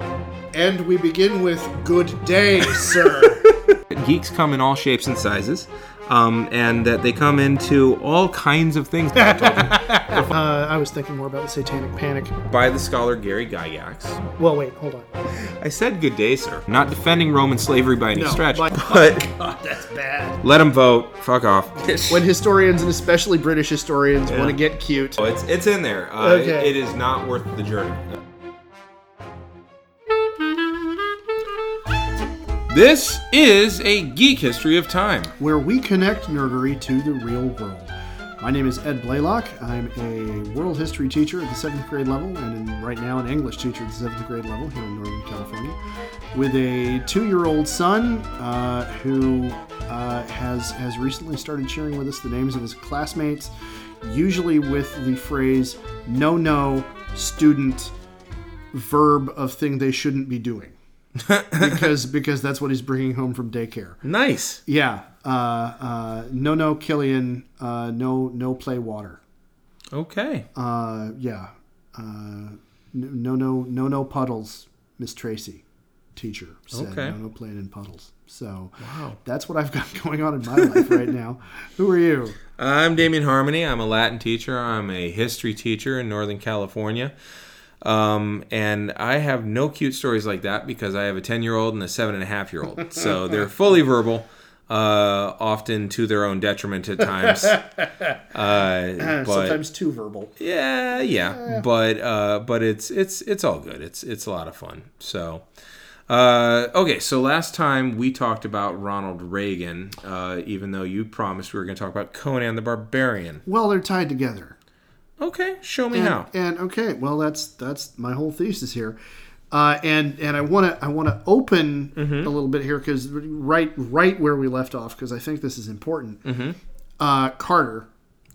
And we begin with Good Day, Sir. Geeks come in all shapes and sizes, um, and that they come into all kinds of things. uh, I was thinking more about the Satanic Panic. By the scholar Gary Gygax. Well, wait, hold on. I said good day, sir. Not defending Roman slavery by any No, stretch, but- but God, that's bad. let them vote. Fuck off. When historians, and especially British historians, want to get cute. Oh, it's it's in there. Uh, it- Okay. it is not worth the journey. This is a geek history of time. where we connect nerdery to the real world. My name is Ed Blaylock. I'm a world history teacher at the seventh grade level, and in, right now an English teacher at the seventh grade level here in Northern California, with a two-year-old son uh, who uh, has has recently started sharing with us the names of his classmates, usually with the phrase "no no student" verb of thing they shouldn't be doing, because because that's what he's bringing home from daycare. Nice. Yeah. Uh, uh, no, no, Killian. Uh, no, no, play water. Okay. Uh, yeah. Uh, n- no, no, no, no puddles. Miss Tracy, teacher, said Okay. no, no playing in puddles. So that's what I've got going on in my life right now. Who are you? I'm Damien Harmony. I'm a Latin teacher. I'm a history teacher in Northern California. Um, and I have no cute stories like that because I have a 10 year old and a seven and a half year old. So they're fully verbal, uh, often to their own detriment at times. Uh, but Sometimes too verbal. yeah, yeah, but, uh, but it's, it's, it's all good. It's, it's a lot of fun. So, uh, okay. So last time we talked about Ronald Reagan, uh, even though you promised we were going to talk about Conan the Barbarian. Well, they're tied together. Okay, show me and, how. and okay, well that's that's my whole thesis here. Uh, and and I want to I want to open a little bit here because right right where we left off because I think this is important. Uh, Carter,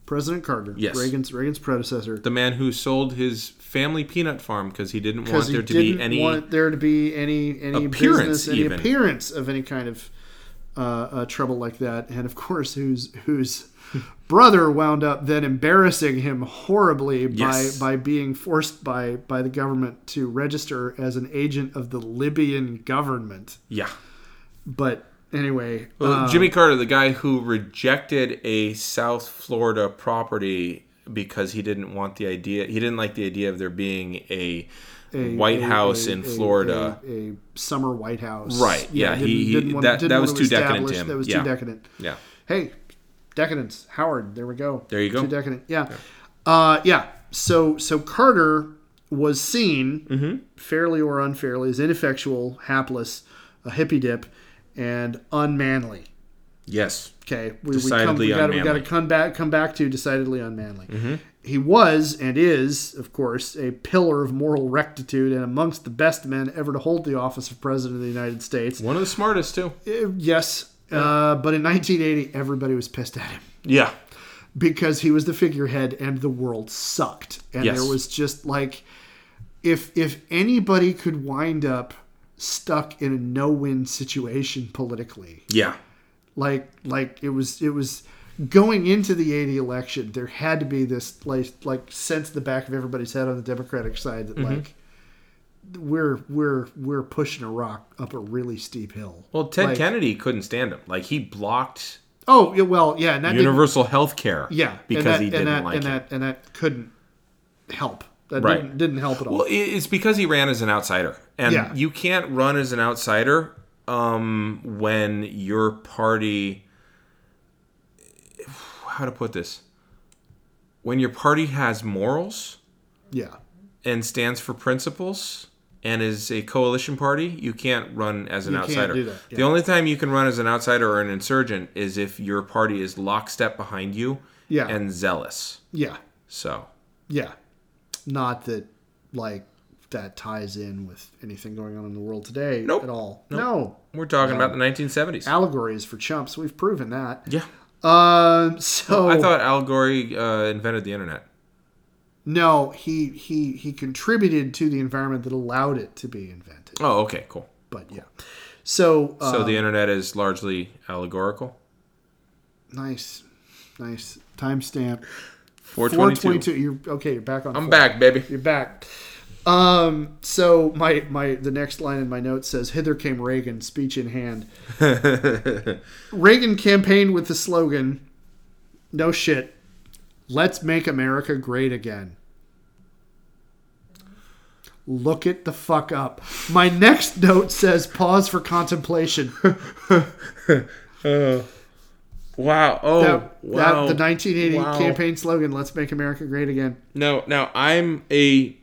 President Carter, Yes. Reagan's Reagan's predecessor, The man who sold his family peanut farm because he didn't want because there he to didn't be any. want there to be any any appearance business, any even. appearance of any kind of uh, uh, trouble like that. And of course, whose whose brother wound up then embarrassing him horribly Yes. by by being forced by by the government to register as an agent of the Libyan government. Yeah. But anyway, Well, uh, Jimmy Carter, the guy who rejected a South Florida property because he didn't want the idea, he didn't like the idea of there being a, a- White a- House a- in a- Florida. a, a summer White House, Right, yeah, he- he- wanna- that- that was wanna too decadent to establish- him, That was yeah. too decadent. yeah. hey, decadence, Howard. There we go. There you go. Too decadent. Yeah, uh, yeah. So so Carter was seen Mm-hmm. fairly or unfairly as ineffectual, hapless, a hippy dip, and unmanly. Yes. Okay, we, Decidedly we, come, we, gotta, we unmanly. Mm-hmm. gotta come back come back to decidedly unmanly. He was and is, of course, a pillar of moral rectitude and amongst the best men ever to hold the office of president of the United States. One of the smartest, too. Uh, Yes, uh, but in 1980, everybody was pissed at him Yeah. because he was the figurehead and the world sucked and Yes. there was just like if if anybody could wind up stuck in a no-win situation politically Yeah. like like it was it was going into the 80 election there had to be this like like sense in the back of everybody's head on the democratic side that Mm-hmm. like we're we're we're pushing a rock up a really steep hill Well, Ted Like- Kennedy couldn't stand him. Like, he blocked oh yeah, well yeah and that didn't- universal health care. Yeah, Because and that, he didn't and that, like and it. that and that couldn't help. That Right. didn't, didn't help at all. Well, i- it's because he ran as an outsider, and Yeah. you can't run as an outsider um, when your party. How to put this? When your party has morals yeah, and stands for principles and is a coalition party, you can't run as an You can't outsider. do that, yeah. The only time you can run as an outsider or an insurgent is if your party is lockstep behind you Yeah. and zealous. yeah, So, yeah. Not that like that ties in with anything going on in the world today Nope. at all. No we're talking Um, about the 1970s. allegories for chumps. We've proven that. yeah. Um. So I thought Al Gore uh, invented the internet. no, he he he contributed to the environment that allowed it to be invented. Oh, okay, cool. But yeah. So uh, So the internet is largely allegorical. nice, nice timestamp. Four 422. twenty-two. You're okay. You're back on. I'm back, baby. You're back. Um, so my my the next line in my note says, "Hither came Reagan, speech in hand." Reagan campaigned with the slogan, "No shit, let's make America great again." Look it the fuck up. My next note says, "Pause for contemplation." Wow. Oh, That- that- wow. the 1980 Wow. campaign slogan, "Let's make America great again." No, now I'm a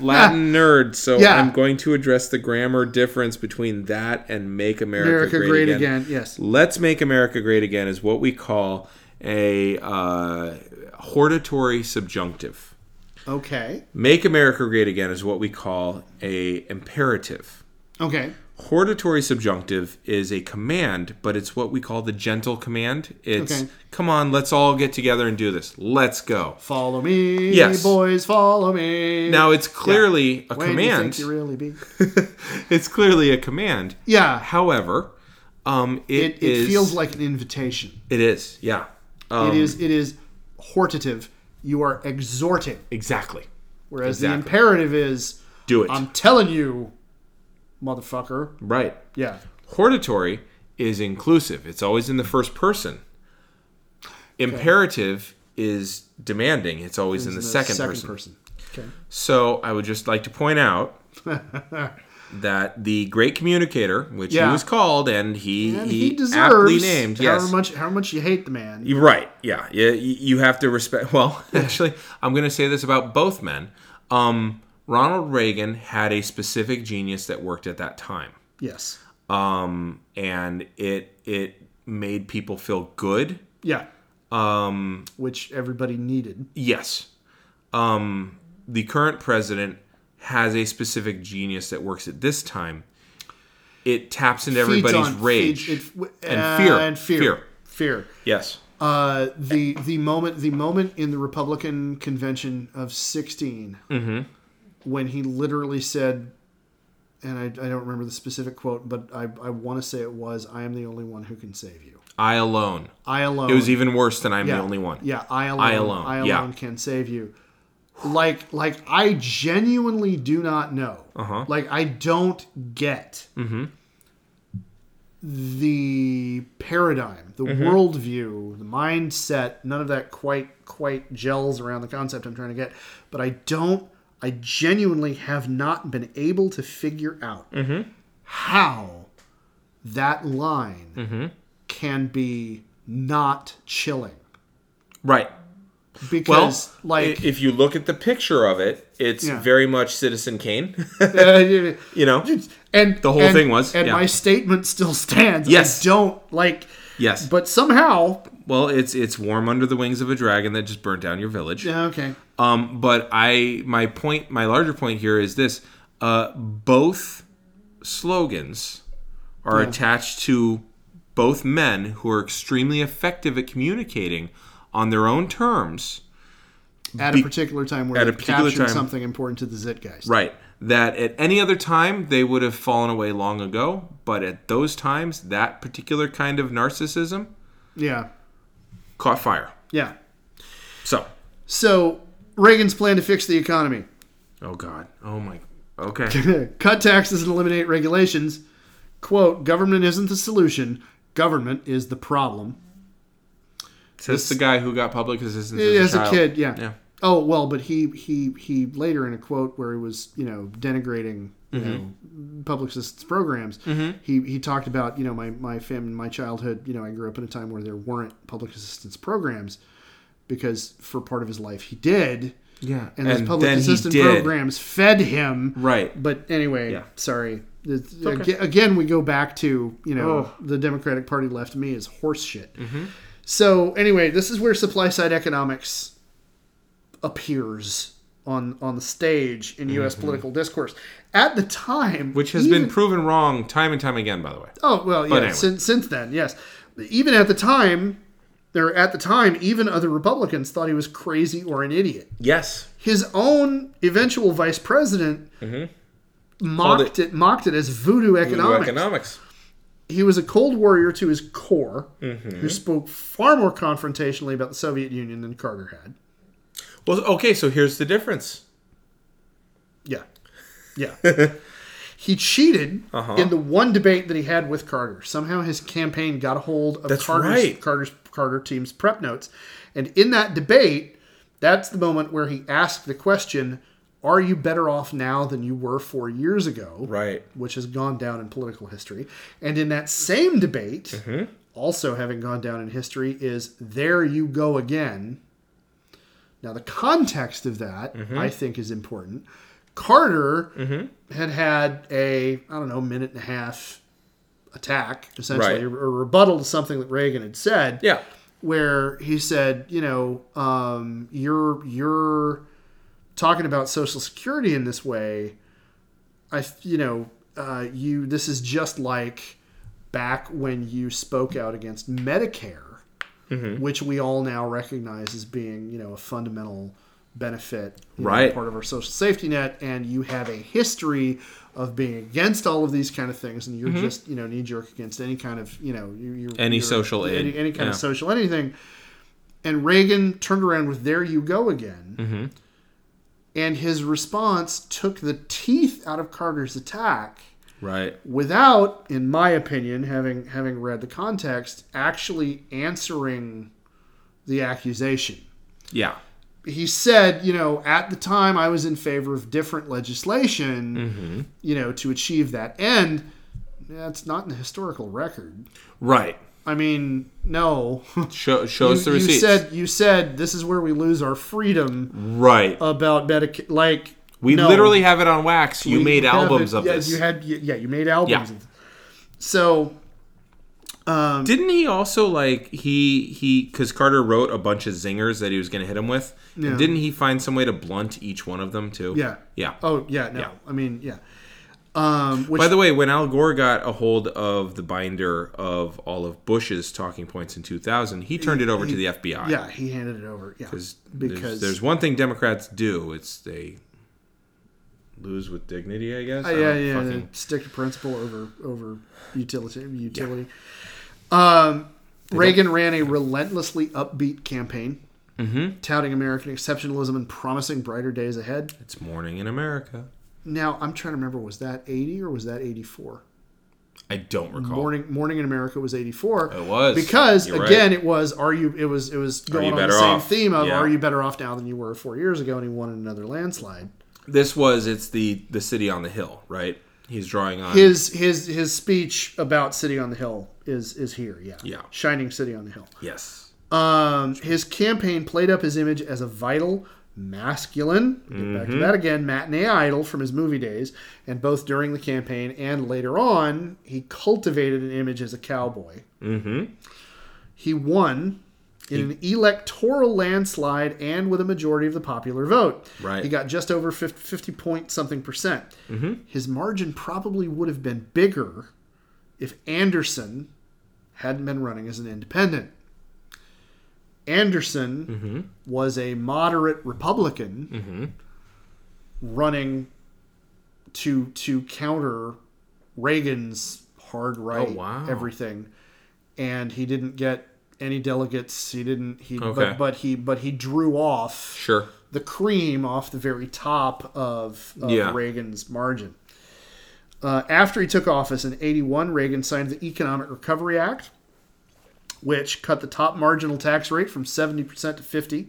Latin nerd, so Yeah. I'm going to address the grammar difference between that and make America, America great, again. Yes. Let's make America great again is what we call a uh, hortatory subjunctive. Okay. Make America great again is what we call a imperative. Okay. Hortatory subjunctive is a command, but it's what we call the gentle command. It's Okay. come on, let's all get together and do this. Let's go. Follow me, Yes. boys. Follow me. Now it's clearly a Where do you command. think you really be? it's clearly a command. Yeah. However, um, It, it it is- feels like an invitation. it is. Yeah. Um, it is. It is hortative. You are exhorting, exactly. whereas the Exactly. imperative is, Do it. "I'm telling you, motherfucker." right. Yeah. Hortatory is inclusive. It's always in the first person. Imperative is demanding. It's always in the, second, person. Okay. So I would just like to point out that the great communicator, which Yeah. he was called, and he And he, he aptly deserves named. however Yes. much how much you hate the man. You're Right. Yeah. Yeah. y- You have to respect. Well, actually, I'm going to say this about both men. Um, Ronald Reagan had a specific genius that worked at that time, yes. um, and it it made people feel good. Yeah. Um. Which everybody needed. Yes. Um, the current president has a specific genius that works at this time. It taps into Feeds everybody's on- feeds- rage. it- uh, and fear. And fear. Fear. Fear. yes. Uh, the the moment the moment in the Republican convention of 16 Mm-hmm. when he literally said, and I, I don't remember the specific quote, but I, I want to say it was, "I am the only one who can save you. I alone. I alone." It was even worse than I'm yeah, the only one. Yeah, I alone. I alone, I yeah. alone can save you. Like like I genuinely do not know. Uh-huh. Mm-hmm. Like I don't get the paradigm, the Mm-hmm. worldview, the mindset, none of that quite quite gels around the concept I'm trying to get. But I don't I genuinely have not been able to figure out Mm-hmm. how that line Mm-hmm. can be not chilling. Right. Because like I- if you look at the picture of it, it's Yeah. very much Citizen Kane. you know? uh, and The whole and- thing was, and yeah. my statement still stands. Yes. I don't like Yes. But but somehow well, it's it's warm under the wings of a dragon that just burnt down your village. yeah, okay. Um, but I my point my larger point here is this: uh, both slogans are attached to both men who are extremely effective at communicating on their own terms. At a particular time where at they a particular captured time. something important to the zeitgeist. Right. That at any other time they would have fallen away long ago, but at those times that particular kind of narcissism Yeah. caught fire. Yeah. So, So Reagan's plan to fix the economy. oh god, oh my, okay, Cut taxes and eliminate regulations. Quote, government isn't the solution. Government is the problem. this the guy who got public assistance as as, a, a, child. kid, yeah. Yeah. Oh well, but he he he later in a quote where he was you know denigrating you Mm-hmm. know public assistance programs. He he talked about you know my my family my childhood you know I grew up in a time where there weren't public assistance programs because for part of his life he did Yeah, and, those public assistance programs fed him Right. But anyway, Yeah. sorry. It's- okay. aga- Again, we go back to you know Oh. the Democratic Party left me is horse shit. Mm-hmm. So anyway, this is where supply side economics appears on on the stage in U.S. political discourse at the time, Mm-hmm. Which has even- been proven wrong time and time again, by the way. Oh well, yeah. anyway. Since since then, yes. Even at the time, there at the time, even other Republicans thought he was crazy or an idiot. Yes. His own eventual vice president mocked Mm-hmm. Called it. mocked it as voodoo economics. Economics. He was a cold warrior to his core, Mm-hmm. who spoke far more confrontationally about the Soviet Union than Carter had. Well, okay, so here's the difference. Yeah, Yeah. he cheated Uh-huh. in the one debate that he had with Carter. Somehow his campaign got a hold of That's Carter's, right. Carter's Carter team's prep notes. And in that debate, that's the moment where he asked the question, are you better off now than you were 4 years ago? Right. Which has gone down in political history. And in that same debate, also having gone down in history is there you go again. Now, the context of that, I think, is important. Carter had had a, I don't know, minute and a half attack, essentially, Right. or or rebuttal to something that Reagan had said, Yeah. where he said, you know, um, you're, you're talking about Social Security in this way. I, you know, uh, you, this is just like back when you spoke out against Medicare which we all now recognize as being, you know, a fundamental benefit, you know, Right. part of our social safety net, and you have a history of being against all of these kind of things, and you're just, you know, knee jerk against any kind of, you know, you you're, Any you're- social aid. any, any kind of Yeah. social anything. And Reagan turned around with "There you go again," Mm-hmm. and his response took the teeth out of Carter's attack Right. without, in my opinion, having having read the context, actually answering the accusation. Yeah. He said, you know, at the time I was in favor of different legislation, Mm-hmm. you know, to achieve that end. That's not in the historical record. Right. I mean, no. Show, shows the you receipts. said you said this is where we lose our freedom right. about Medicaid. Like we uh, no. literally have it on wax. You We made have albums it- of yeah, this. You had yeah, you made albums. Yeah. Of so Didn't he also like he he because Carter wrote a bunch of zingers that he was going to hit him with? And Yeah. didn't he find some way to blunt each one of them too? Yeah. Yeah. Oh yeah, no. I mean, yeah. Um, which, By the way, when Al Gore got a hold of the binder of all of Bush's talking points in 2000, he turned it over to the FBI. yeah, he handed it over. Yeah, There's- because there's, one thing Democrats do: it's they lose with dignity. I guess. I Uh, yeah, don't yeah, fucking- they stick to principle over over utility utility. Um, Reagan ran a relentlessly upbeat campaign, Mm-hmm. touting American exceptionalism and promising brighter days ahead. It's morning in America. Now, I'm trying to remember, was that 80 or was that 84? I don't recall. Morning, Morning in America was '84. Oh. It was. because You're again, it was are you? It was it was going you on the better same off? theme of Yeah. are you better off now than you were four years ago? And he won another landslide. This was it's the the city on the hill, right? He's drawing on His his his speech about City on the Hill is is here. Yeah, Yeah. Shining City on the Hill. yes, Um, his campaign played up his image as a vital, masculine, we'll get back to that again, matinee idol from his movie days. And both during the campaign and later on, he cultivated an image as a cowboy. Mm-hmm. He won in an electoral landslide and with a majority of the popular vote. Right. Mm-hmm. He got just over 50, 50 point something percent. His margin probably would have been bigger if Anderson hadn't been running as an independent. Anderson Mm. Mm-hmm, was a moderate Republican running to to counter Reagan's hard right Oh, wow. everything, and he didn't get any delegates. He didn't. He Okay. but, but he but he drew off sure. the cream off the very top of, of Yeah. Reagan's margin. Uh, after he took office in 81, Reagan signed the Economic Recovery Act, which cut the top marginal tax rate from 70% to 50,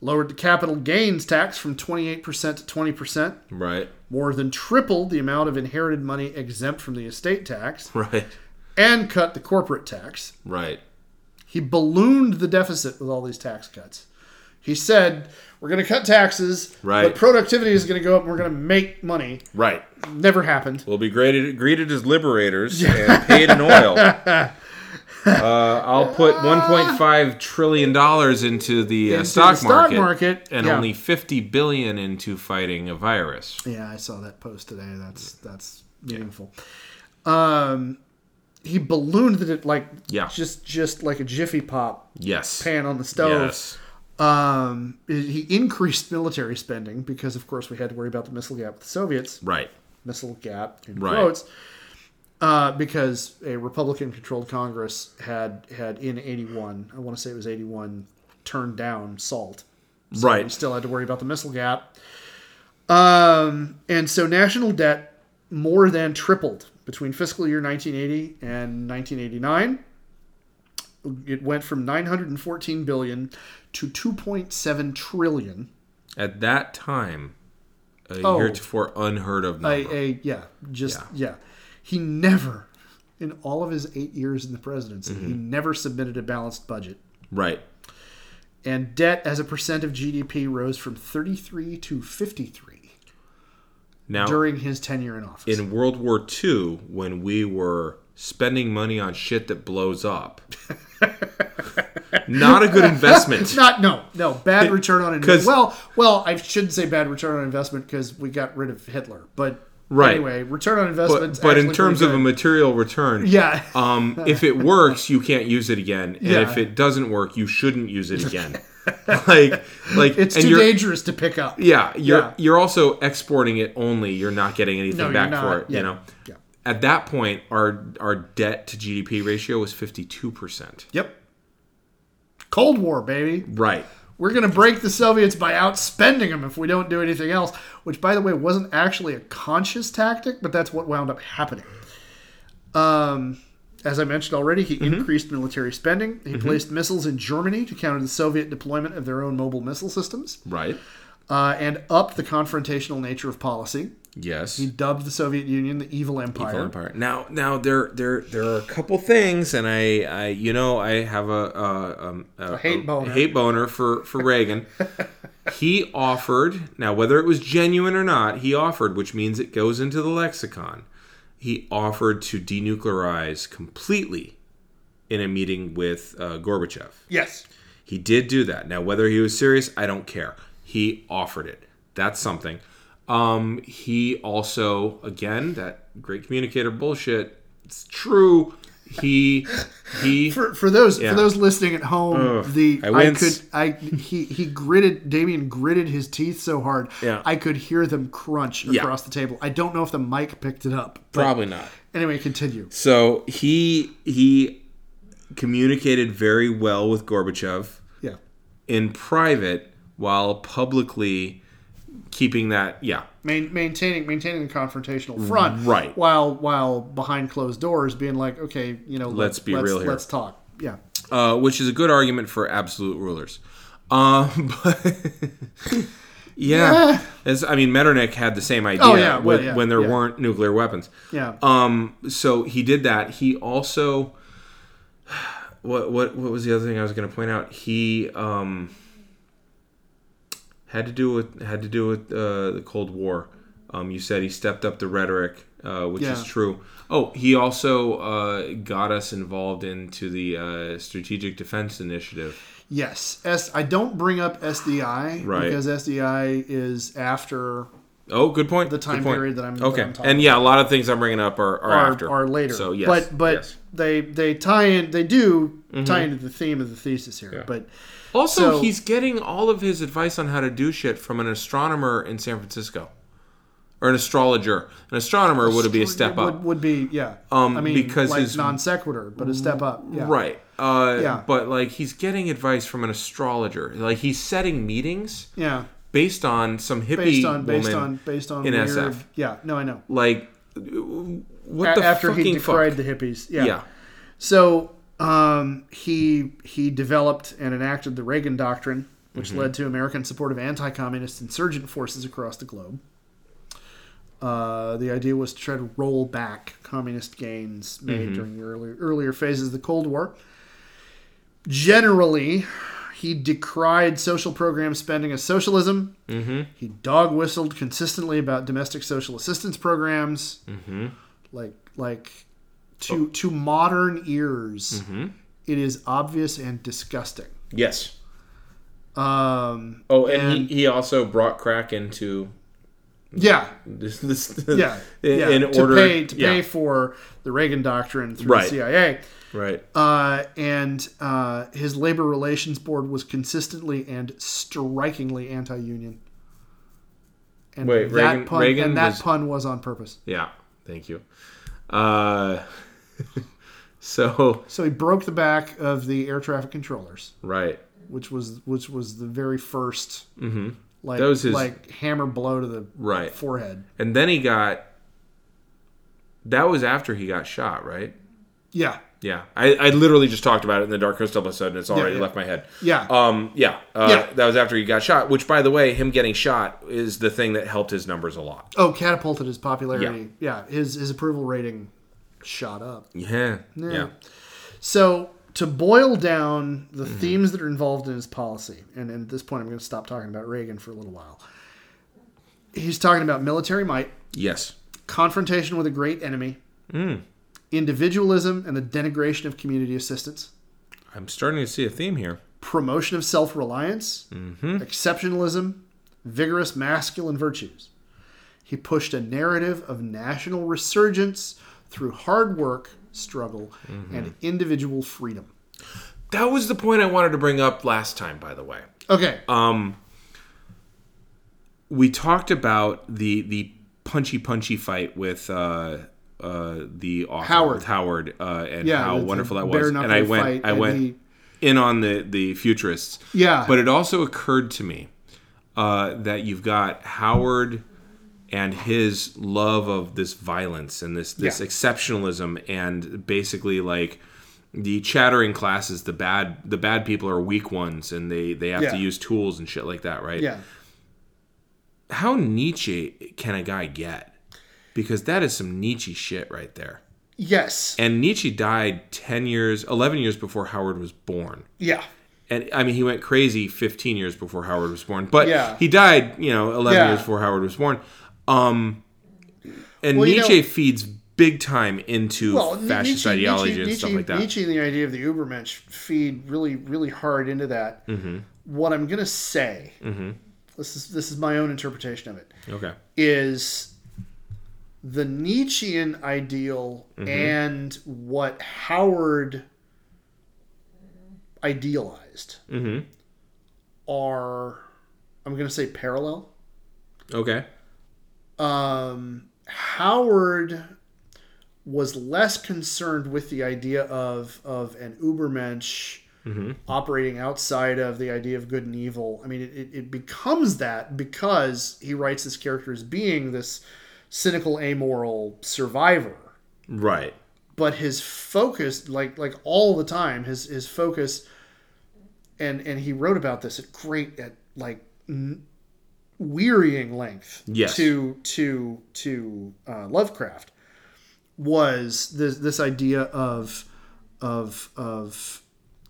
lowered the capital gains tax from 28% to 20%, Right, more than tripled the amount of inherited money exempt from the estate tax, right, and cut the corporate tax. right. He ballooned the deficit with all these tax cuts. He said, "We're going to cut taxes, Right. but productivity is going to go up, and we're going to make money." Right. Never happened. We'll be graded, greeted as liberators and paid in oil. Uh, I'll put 1.5 trillion dollars into the, uh, Into stock, the market market, and yeah. only 50 billion into fighting a virus. Yeah, I saw that post today. That's that's meaningful. Um, he ballooned it like Yeah. just just like a jiffy pop Yes. pan on the stove. yes. Um, he increased military spending because, of course, we had to worry about the missile gap with the Soviets. Right. missile gap in Right. quotes, uh, because a Republican-controlled Congress had had in '81, I want to say it was '81, turned down SALT. right. We still had to worry about the missile gap. Um, and so national debt more than tripled between fiscal year 1980 and 1989. It went from 914 billion to 2.7 trillion. At that time, a Oh. heretofore unheard of I, number. I- yeah, just yeah. He never, in all of his eight years in the presidency, he Mm-hmm. never submitted a balanced budget. right. And debt as a percent of GDP rose from 33 to 53 Now, during his tenure in office. Oh. in World War II, when we were spending money on shit that blows up, not a good investment. not no no bad return on investment. 'Cause- Well, well, I shouldn't say bad return on investment because we got rid of Hitler. But Right. anyway, return on investment. But, but in terms of a material return, yeah, um, if it works, you can't use it again, and Yeah. if it doesn't work, you shouldn't use it again. like, like it's and too you're- dangerous to pick up. Yeah, you're Yeah. you're also exporting it only. You're not getting anything No, you're back for not. it. Yeah. You know. Yeah. At that point, our our debt to GDP ratio was fifty two percent. Yep. Cold War, baby. Right. We're going to break the Soviets by outspending them if we don't do anything else, which, by the way, wasn't actually a conscious tactic, but that's what wound up happening. Um, as I mentioned already, he increased military spending. He placed missiles in Germany to counter the Soviet deployment of their own mobile missile systems Right. uh, and upped the confrontational nature of policy. Yes. He dubbed the Soviet Union the Evil Empire. Empire. Now, now there there there are a couple things, and I, I you know I have a a, um, a, a hate boner. a hate boner for for Reagan. he offered now whether it was genuine or not. He offered, which means it goes into the lexicon. He offered to denuclearize completely in a meeting with uh, Gorbachev. Yes. He did do that. Now, whether he was serious, I don't care. He offered it. That's something. Um, he also, again, that great communicator bullshit. It's true. He he For, for those Yeah. for those listening at home, the I I, wince. could I he he gritted Damien gritted his teeth so hard Yeah. I could hear them crunch across the table. I don't know if the mic picked it up. But probably not. anyway, continue. So he he communicated very well with Gorbachev Yeah. in private while publicly keeping that yeah Main, maintaining maintaining the confrontational front, Right. While while behind closed doors, being like, okay, you know, Let's be real here. Let's talk. Yeah, uh, which is a good argument for absolute rulers. Um, but yeah, Yeah. As- I mean, Metternich had the same idea Oh, yeah, well, with- yeah, when there yeah. weren't nuclear weapons. yeah. Um, so he did that. He also, what what what was the other thing I was going to point out? He um, had to do with had to do with uh, the Cold War. Um, you said he stepped up the rhetoric, uh, which is Yeah. true. Oh, he also uh, got us involved into the uh, Strategic Defense Initiative. yes, S. I don't bring up SDI Right. because SDI is after Oh, good point. the time good point. period that I'm that Okay, I'm talking and yeah, a lot of things I'm bringing up are, are, are, after are later. So yes, but but yes. Mm-hmm. they they tie in they do tie into the theme of the thesis here. But Also, So- he's getting all of his advice on how to do shit from an astronomer in San Francisco, or an astrologer. An astronomer would be a step would, up, would be yeah. Um, I mean, because like his- non sequitur, but a step up. Yeah. right? Uh, Yeah. But like, he's getting advice from an astrologer. Like, he's setting meetings Yeah. based on some hippie Based on woman. based on based on in weird, SF. Yeah. No, I know. Like, what A- the after fucking he decried fuck? the hippies. Yeah. Yeah. So um, he he developed and enacted the Reagan Doctrine, which led to American support of anti-communist insurgent forces across the globe. Uh, the idea was to try to roll back communist gains made during the earlier earlier phases of the Cold War. Generally, he decried social program spending as socialism. He dog whistled consistently about domestic social assistance programs. Like like to to modern ears, Mm-hmm. it is obvious and disgusting. Yes. Um, Oh, and, And- he, he also brought crack into yeah, this. this yeah, In, yeah. in to order pay to yeah, pay for the Reagan doctrine through Right. the CIA. Right. Uh, and uh, his labor relations board was consistently and strikingly anti-union. And Wait, that Reagan- pun Reagan and that was- pun was on purpose. Yeah, thank you. Uh, so So he broke the back of the air traffic controllers, right, which was which was the very 1st Like Mm-hmm. That was his- like hammer blow to the Right. forehead. And then he got. That was after he got shot, right? Yeah. Yeah, I, I literally just talked about it in the Dark Crystal episode, and it's already yeah. left my head. Yeah. Um. Yeah. Uh, Yeah. That was after he got shot. Which, by the way, him getting shot is the thing that helped his numbers a lot. oh, catapulted his popularity. Yeah. His his approval rating shot up. Yeah. Yeah. So to boil down the Mm-hmm. themes that are involved in his policy, and, and at this point I'm going to stop talking about Reagan for a little while. He's talking about military might, Yes. confrontation with a great enemy, Mm. individualism, and the denigration of community assistance, I'm starting to see a theme here. promotion of self reliance, Mm-hmm. exceptionalism, vigorous masculine virtues. He pushed a narrative of national resurgence through hard work, struggle, Mm-hmm. and individual freedom. That was the point I wanted to bring up last time. By the way, Okay. Uh, we talked about the the punchy punchy fight with uh, uh, the author, Howard. Howard, uh, and Yeah, how it's a wonderful that bare was. And I knuckle went, fight, I and went he- in on the the futurists. Yeah. but it also occurred to me uh, that you've got Howard and his love of this violence and this this Yeah. exceptionalism and basically like the chattering classes the bad the bad people are weak ones and they they have Yeah. to use tools and shit like that right yeah. how Nietzsche can a guy get? Because that is some Nietzsche shit right there. Yes. And Nietzsche died 10 years, 11 years before Howard was born. Yeah. And I mean, he went crazy 15 years before Howard was born, but Yeah. he died, you know, 11 Yeah. years before Howard was born. Um, and Well, you Nietzsche know- feeds big time into Well, Ni- fascist Nietzsche, ideology Nietzsche, and stuff Nietzsche- like that. Nietzsche and the idea of the Ubermensch feed really, really hard into that. Mm-hmm. What I'm gonna say, Mm-hmm. this is this is my own interpretation of it, Okay. is the Nietzschean ideal and what Howard idealized are, I'm gonna say parallel. Okay. um, Howard was less concerned with the idea of of an Ubermensch operating outside of the idea of good and evil. I mean, it, it, it becomes that because he writes this character as being this cynical, amoral survivor. Right. But his focus, like like all the time, his his focus, and and he wrote about this at great at like wearying length Yes. to to to uh, Lovecraft was this this idea of of of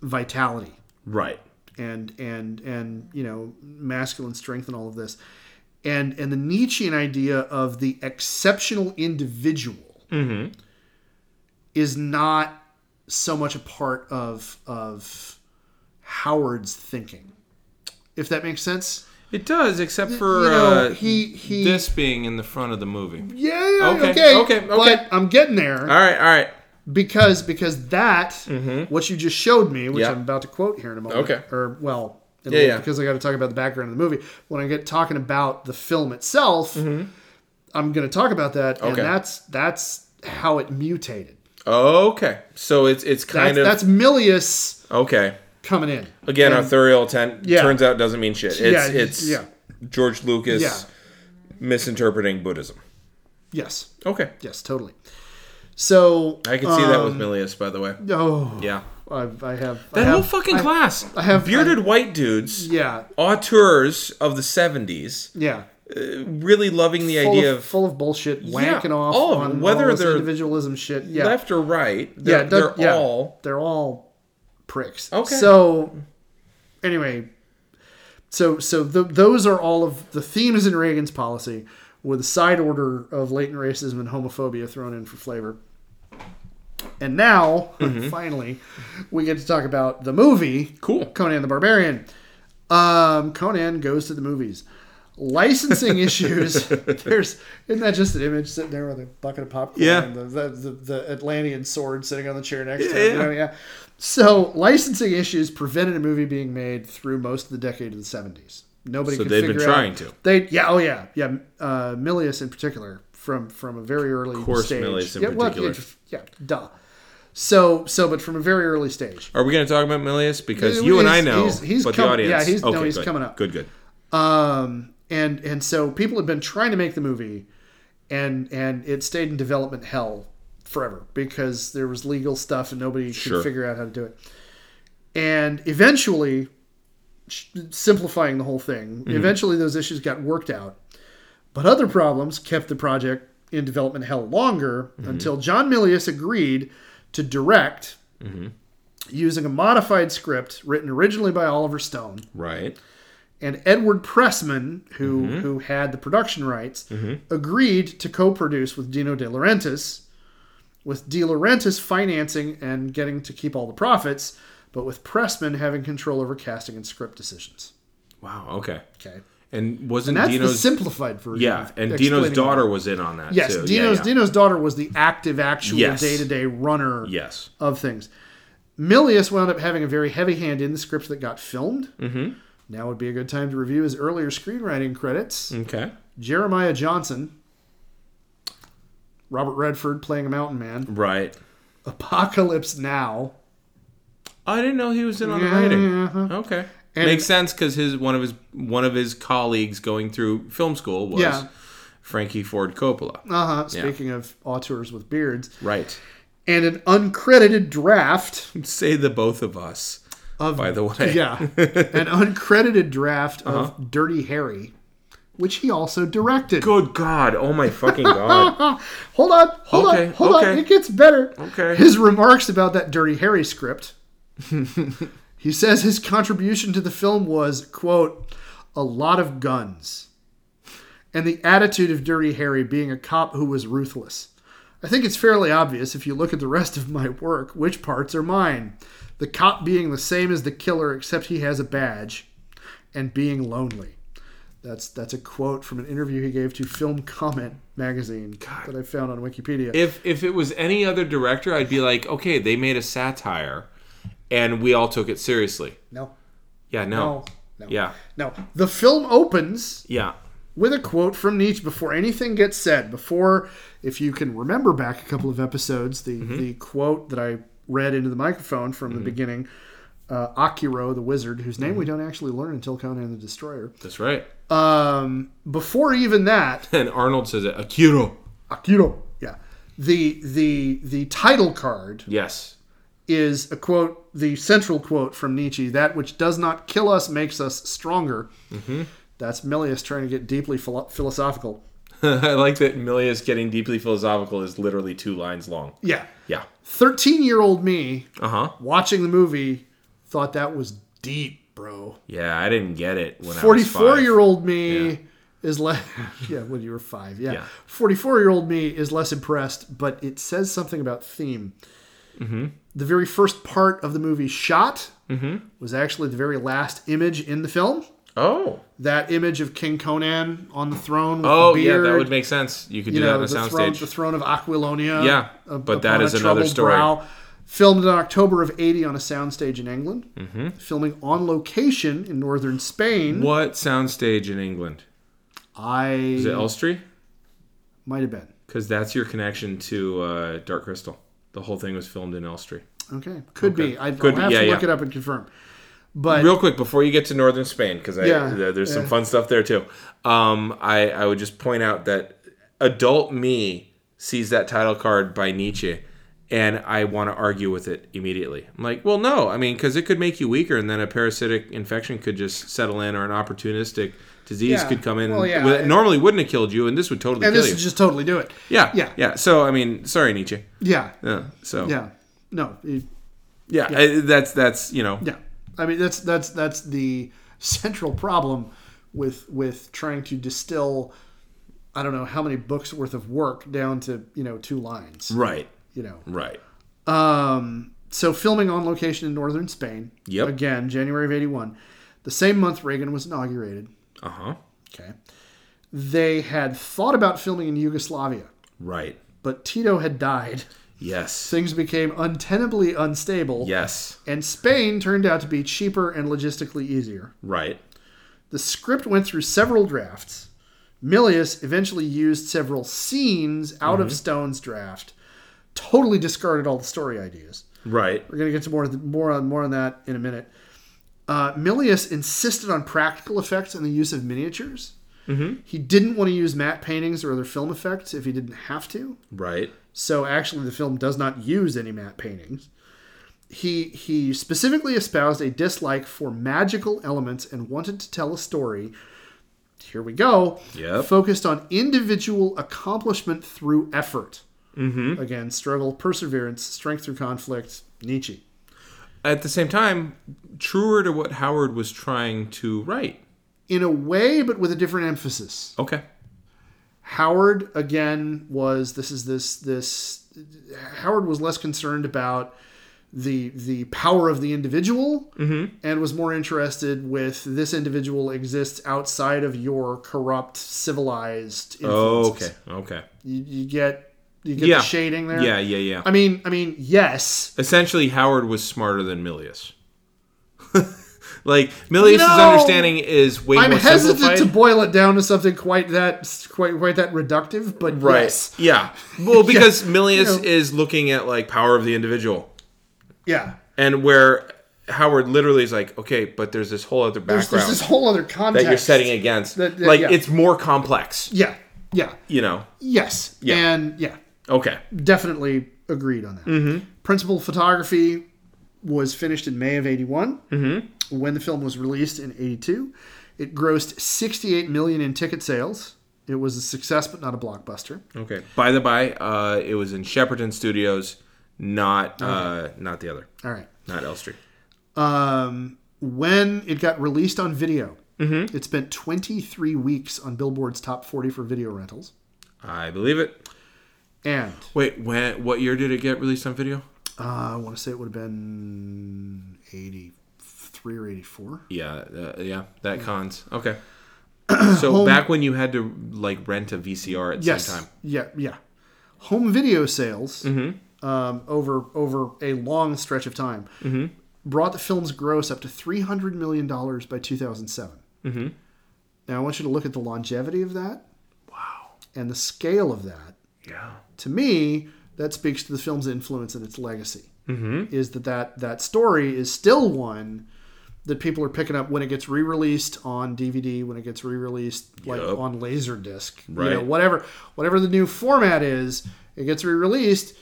vitality Right. and and and you know masculine strength and all of this and and the Nietzschean idea of the exceptional individual is not so much a part of of Howard's thinking if that makes sense It does, except for you know, uh, he he this being in the front of the movie. yeah okay Okay, okay, okay. but I'm getting there All right. All right. because because that what you just showed me which Mm-hmm. Yeah. I'm about to quote here in a moment Okay. or well in a Yeah, little- yeah. because I got to talk about the background of the movie when I get talking about the film itself I'm going to talk about that and Mm-hmm. Okay. that's that's how it mutated Okay, so it's it's kind that's, that's Milius of okay. coming in Again, Arthurial ten Yeah. turns out doesn't mean shit. It's Yeah, it's yeah. George Lucas Yeah. misinterpreting Buddhism. yes Okay, yes totally so I can see that with Milius, by the way. oh Yeah, I, I have Um, I that have, whole fucking I- class. I have- bearded white dudes, yeah auteurs of the seventies, yeah really loving the full idea of, of. full of bullshit, wanking off all of it, on whether all this they're individualism shit. Yeah, Left or right, yeah, they're, it they're does- yeah, all they're all pricks. Okay. So anyway, so so the, those are all of the themes in Reagan's policy, with a side order of latent racism and homophobia thrown in for flavor. And now, finally, we get to talk about the movie Mm-hmm. cool. Conan the Barbarian. Um, Conan goes to the movies. Licensing issues. There's isn't that just an image sitting there with a bucket of popcorn Yeah. and the, the, the, the Atlantean sword sitting on the chair next to Yeah, him. you know, yeah. So licensing issues prevented a movie being made through most of the decade of the seventies. Nobody So could they've been figure trying out, to. They yeah, oh yeah. Yeah. Uh Milius in particular from from a very early course stage. Milius in yeah, well, particular. yeah, duh. So so but from a very early stage. Are we going to talk about Milius? Because He's- you and I know, he's- he's but coming- the audience. yeah, he's- no, he's good. coming up. Good, good. Um, and and so people had been trying to make the movie, and and it stayed in development hell forever because there was legal stuff and nobody could Sure. figure out how to do it. And eventually, sh- simplifying the whole thing, eventually those issues got worked out. But other problems kept the project in development hell longer until John Milius agreed to direct using a modified script written originally by Oliver Stone Right. and Edward Pressman, who Mm-hmm. who had the production rights, agreed to co-produce with Dino De Laurentiis, with De Laurentiis financing and getting to keep all the profits, but with Pressman having control over casting and script decisions. Wow. Okay. Okay, And wasn't that's the Dino's simplified version. yeah, of and explaining Dino's it. daughter was in on that. Yes, too. Yeah, Dino's yeah. Dino's daughter was the active, actual Yes. day-to-day runner Yes. of things. Milius wound up having a very heavy hand in the script that got filmed. Mm-hmm. Now would be a good time to review his earlier screenwriting credits. Okay. Jeremiah Johnson, Robert Redford playing a mountain man, Right. Apocalypse Now, I didn't know he was in on the Yeah, writing. yeah, Okay. And- Makes sense because his one of his one of his colleagues going through film school was Yeah. Frankie Ford Coppola. uh huh, speaking of auteurs with beards, Right. and an uncredited draft Say the both of us. of. By the way. yeah, an uncredited draft of Dirty Harry, which he also directed. Good God! Oh my fucking God! Hold on, hold on, Okay, hold on. okay. It gets better. Okay. His remarks about that Dirty Harry script. he says his contribution to the film was, quote, a lot of guns. And the attitude of Dirty Harry being a cop who was ruthless. I think it's fairly obvious if you look at the rest of my work which parts are mine. The cop being the same as the killer except he has a badge and being lonely. That's that's a quote from an interview he gave to Film Comment magazine that I found on Wikipedia. if if it was any other director, I'd be like, okay, they made a satire, and we all took it seriously. no, Yeah. no, No. no. Yeah. No. The film opens Yeah. with a quote from Nietzsche before anything gets said. Before, if you can remember back a couple of episodes, the, the quote that I read into the microphone from the beginning uh, Akiro, the wizard, whose name we don't actually learn until Conan the Destroyer. That's right. Um, before even that, And Arnold says it. Akira. Akiro, yeah. The, the the title card Yes. is a quote, the central quote from Nietzsche that which does not kill us makes us stronger. That's Milius trying to get deeply philo- philosophical. I like that Milius getting deeply philosophical is literally two lines long. Yeah. Yeah. 13 year old me Uh huh. watching the movie thought that was deep, bro. Yeah, I didn't get it when I 44 was 44 year old me is less. yeah, when you were five. Yeah. Yeah. 44 year old me is less impressed, but it says something about theme. Mm-hmm. The very first part of the movie shot was actually the very last image in the film. Oh. that image of King Conan on the throne with Oh the yeah, beard. that would make sense. You could you do know, that in a the throne, the soundstage. throne of Aquilonia. Yeah, up- but that upon is a another troubled story. Filmed in October of '80 on a soundstage in England. Mm-hmm. Filming on location in northern Spain. What soundstage in England? Is it I Elstree? might have been Because that's your connection to uh, Dark Crystal. The whole thing was filmed in Elstree. okay, could be. I, Could I'll be, have yeah, to yeah. look it up and confirm. But Real quick before you get to northern Spain, because Yeah, there's some yeah. fun stuff there too. Um, I I would just point out that adult me sees that title card by Nietzsche, and I want to argue with it immediately. I'm like, well, no, I mean, because it could make you weaker, and then a parasitic infection could just settle in, or an opportunistic disease Yeah. could come in Well, yeah, that and- normally wouldn't have killed you, and this would totally and kill this you. would just totally do it. yeah, yeah. yeah. So I mean, sorry, Nietzsche. Yeah, Yeah. So yeah, yeah. No, it- I, that's that's you know. Yeah, I mean that's that's that's the central problem with with trying to distill. I don't know how many books worth of work down to you know two lines. Right. You know, Right. um, so filming on location in northern Spain. Yep. Again, January of '81, the same month Reagan was inaugurated. Uh huh. Okay, they had thought about filming in Yugoslavia, Right. but Tito had died. Yes. Things became untenably unstable, Yes. and Spain turned out to be cheaper and logistically easier. Right. The script went through several drafts. Milius eventually used several scenes out of Stone's draft, totally discarded all the story ideas. Right. We're going to get to more more on more on that in a minute. Uh, Milius insisted on practical effects and the use of miniatures. He didn't want to use matte paintings or other film effects if he didn't have to. Right. So actually, the film does not use any matte paintings. He he specifically espoused a dislike for magical elements and wanted to tell a story. Here we go. Yep. Focused on individual accomplishment through effort. Mm-hmm. Again, struggle, perseverance, strength through conflict. Nietzsche. At the same time, truer to what Howard was trying to write. In a way, but with a different emphasis. Okay. Howard again was this is this this Howard was less concerned about the the power of the individual Mm-hmm. and was more interested with this individual exists outside of your corrupt civilized Oh, influences. okay. Okay. you, you get you get Yeah. the shading there Yeah, yeah, yeah. I mean I mean yes Essentially, Howard was smarter than Milius. like Milius's No! understanding is way I'm more hesitant simplified. to boil it down to something quite that quite quite that reductive but Right. yes Yeah. Well, because Milius You know. is looking at like power of the individual, yeah and where Howard literally is like, okay, but there's this whole other there's, background there's this whole other that context you're setting against. That- that- like yeah. it's more complex. yeah yeah You know. Yes. Yeah. And yeah, Okay. definitely agreed on that. Principal photography was finished in May of 81. Mm-hmm. When the film was released in 82, it grossed 68 million in ticket sales. It was a success, but not a blockbuster. Okay. By the by, uh, it was in Shepperton Studios, not uh, not the other, All right. not Elstree. Um, when it got released on video, it spent 23 weeks on Billboard's top 40 for video rentals. I believe it. And Wait, when? What year did it get released on video? uh, I want to say it would have been 83 or 84. Yeah, uh, yeah, that cons. Okay. So back when you had to like rent a VCR at the yes. same time. Mm-hmm. Yeah, yeah. Home video sales um, over over a long stretch of time brought the film's gross up to three hundred million dollars by two Mm-hmm. Now I want you to look at the longevity of that. Wow. And the scale of that. Yeah. To me, that speaks to the film's influence and its legacy. Mm-hmm. Is that that that story is still one that people are picking up when it gets re-released on DVD, when it gets re-released like Yup. on Laserdisc, you know, Right. whatever whatever the new format is, it gets re-released.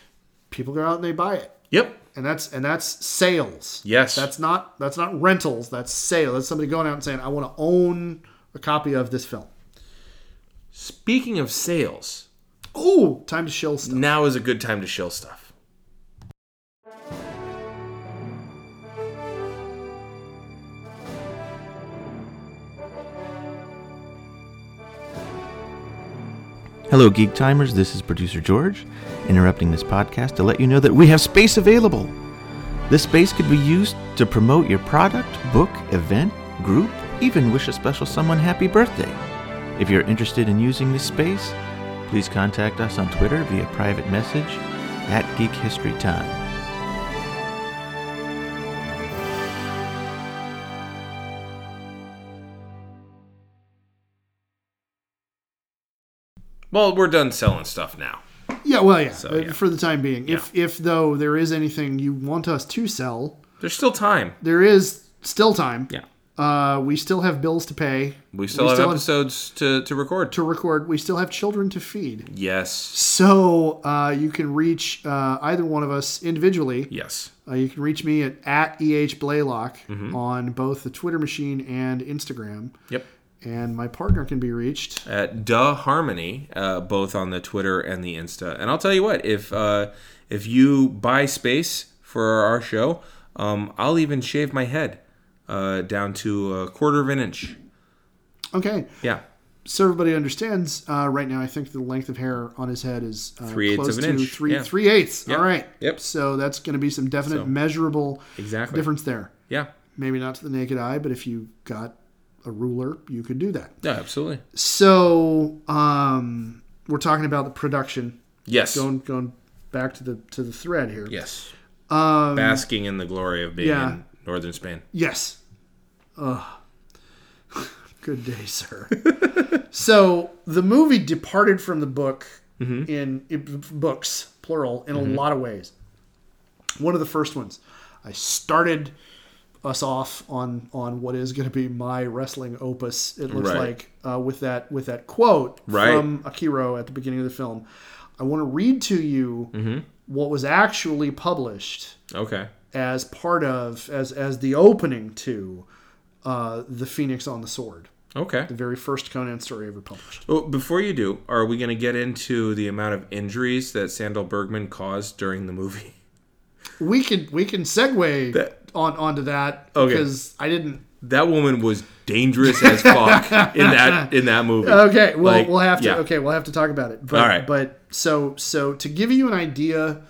People go out and they buy it, Yep. and that's and that's sales. Yes. that's not that's not rentals. That's sale. That's somebody going out and saying, "I want to own a copy of this film." Speaking of sales, Oh, time to shill stuff. now is a good time to shill stuff. Hello, Geek Timers. This is producer George, interrupting this podcast to let you know that we have space available. This space could be used to promote your product, book, event, group, even wish a special someone happy birthday. If you're interested in using this space, please contact us on Twitter via private message at Geek History Time. Well, we're done selling stuff now. Yeah, well, yeah. uh, yeah. For the time being, if if though there is anything you want us to sell, There's still time. there is still time. Yeah. Uh, we still have bills to pay. We still have episodes to, to record. to record. We still have children to feed. yes. So uh, you can reach uh, either one of us individually. Yes. Uh, you can reach me at, at EH Blaylock Mm-hmm. on both the Twitter machine and Instagram. Yep. And my partner can be reached. at Duh Harmony, uh, both on the Twitter and the Insta. And I'll tell you what, if uh, if you buy space for our show, um, I'll even shave my head uh, down to a quarter of an inch. Okay. Yeah, so everybody understands, uh, right now I think the length of hair on his head is uh, Three-eighths close of to an inch, Three yeah. three eighths. All right. Yep. So that's going to be some definite, measurable exactly. difference there. Yeah, Maybe not to the naked eye, but if you got a ruler, you could do that. yeah, absolutely. So um, we're talking about the production. Yes, Going going back to the to the thread here. yes. Basking in the glory of being yeah. in northern Spain. Yes. Ugh. Good day, sir. so the movie departed from the book Mm-hmm. in, in books plural in a lot of ways. One of the first ones, I started us off on on what is going to be my wrestling opus. It looks Right. like uh, with that with that quote Right. from Akiro at the beginning of the film. I want to read to you Mm-hmm. what was actually published Okay. as part of as as the opening to uh, the Phoenix on the Sword, Okay. the very first Conan story ever published. Well, before you do, are we going to get into the amount of injuries that Sandal Bergman caused during the movie? We can we can segue That- on onto that Okay. because I didn't. That woman was dangerous as fuck in that in that movie. Okay, well Like, we'll have to. yeah. Okay, we'll have to talk about it. But, All right. But so so to give you an idea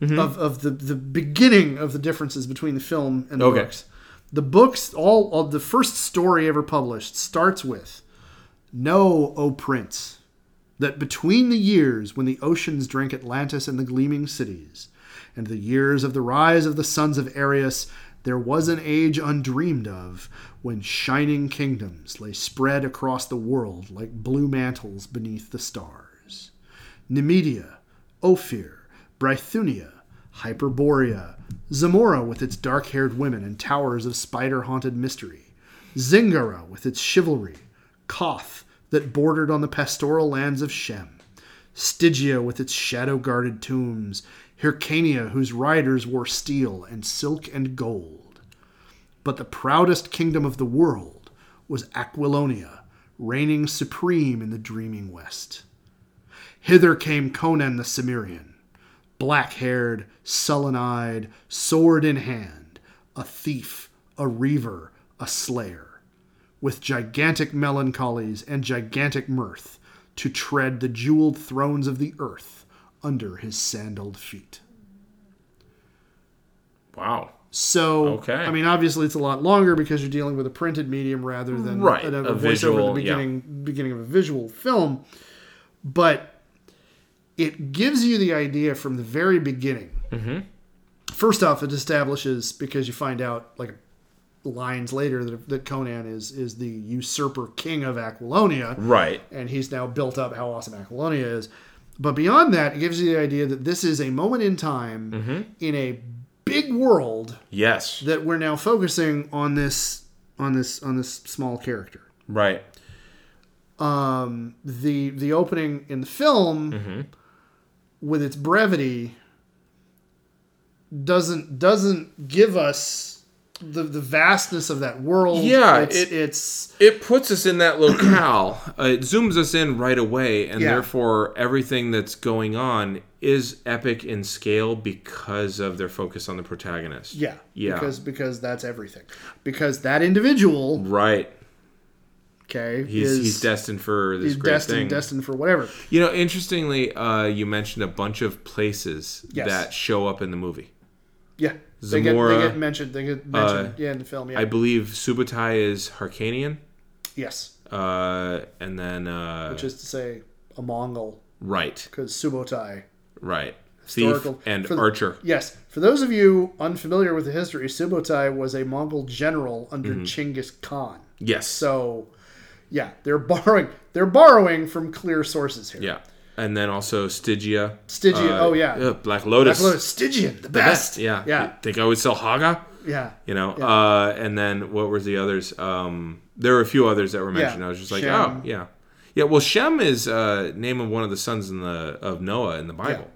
of, of the the beginning of the differences between the film and the Okay. books, the books all of the first story ever published starts with, "Know, O Prince, that between the years when the oceans drank Atlantis and the gleaming cities, and the years of the rise of the sons of Arius, there was an age undreamed of, when shining kingdoms lay spread across the world like blue mantles beneath the stars. Nemedia, Ophir, Brythunia, Hyperborea, Zamora with its dark haired women and towers of spider haunted mystery, Zingara with its chivalry, Koth that bordered on the pastoral lands of Shem, Stygia with its shadow guarded tombs, Hyrcania whose riders wore steel and silk and gold. But the proudest kingdom of the world was Aquilonia, reigning supreme in the dreaming west. Hither came Conan the Cimmerian, black haired, sullen eyed, sword in hand, a thief, a reaver, a slayer, with gigantic melancholies and gigantic mirth, to tread the jeweled thrones of the earth under his sandaled feet. Wow. So, Okay. I mean, obviously, it's a lot longer because you're dealing with a printed medium rather than Right, a, a a voiceover visual, at the yeah. beginning beginning of a visual film. But it gives you the idea from the very beginning. Mm-hmm. First off, it establishes because you find out like lines later that, that Conan is is the usurper king of Aquilonia Right. and he's now built up how awesome Aquilonia is. But beyond that, it gives you the idea that this is a moment in time Mm-hmm. in a big world Yes. that we're now focusing on this on this on this small character. Right. Um, the the opening in the film, Mm-hmm. with its brevity, doesn't doesn't give us the the vastness of that world. Yeah, it's it- it's It puts us in that locale. uh, it zooms us in right away, and Yeah. therefore everything that's going on is epic in scale because of their focus on the protagonist. yeah Yeah. because because that's everything because that individual Right. okay He's, is he's destined for this is great destined thing. destined for whatever. You know, interestingly, uh, you mentioned a bunch of places Yes. that show up in the movie. Yeah, they get Zamora, uh, they get mentioned. They get mentioned. yeah, in the film. Yeah, I believe Subutai is Harkanian, yes, uh, and then uh, which is to say a Mongol right, because Subotai. right, thief Historical- and for the- archer. Yes, for those of you unfamiliar with the history, Subotai was a Mongol general under Chinggis Khan. Mm-hmm. Yes. So, yeah, they're borrowing. They're borrowing from clear sources here. yeah, and then also Stygia. Stygia, oh, yeah. uh, Black Lotus. Black Lotus, Stygian, the best. Yeah. yeah, Think I would sell Haga? yeah. You know, uh, and then what were the others? Um, there were a few others that were mentioned. I was just like, Shem. oh, yeah, yeah. Well, Shem is uh, name of one of the sons in the of Noah in the Bible,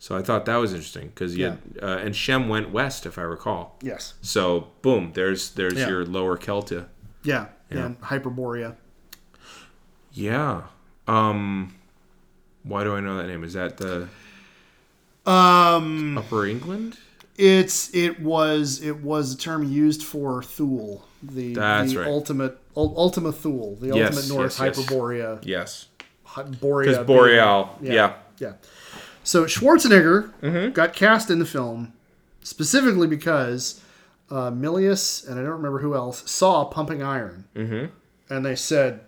so I thought that was interesting because yeah, uh, and Shem went west, if I recall. Yes, So boom, there's there's Yeah. your lower Celta. yeah, yeah. And Hyperborea. Yeah. Um, why do I know that name? Is that the Um, Upper England? It's it was it was a term used for Thule, the, That's the right. ultimate ul- Ultima Thule, the Yes, ultimate Norse yes, yes. Hyperborea, Yes, hy- Borea because being- Boreal. yeah, Mm-hmm. yeah. yeah. So Schwarzenegger got cast in the film specifically because uh, Milius and I don't remember who else saw Pumping Iron, mm-hmm. and they said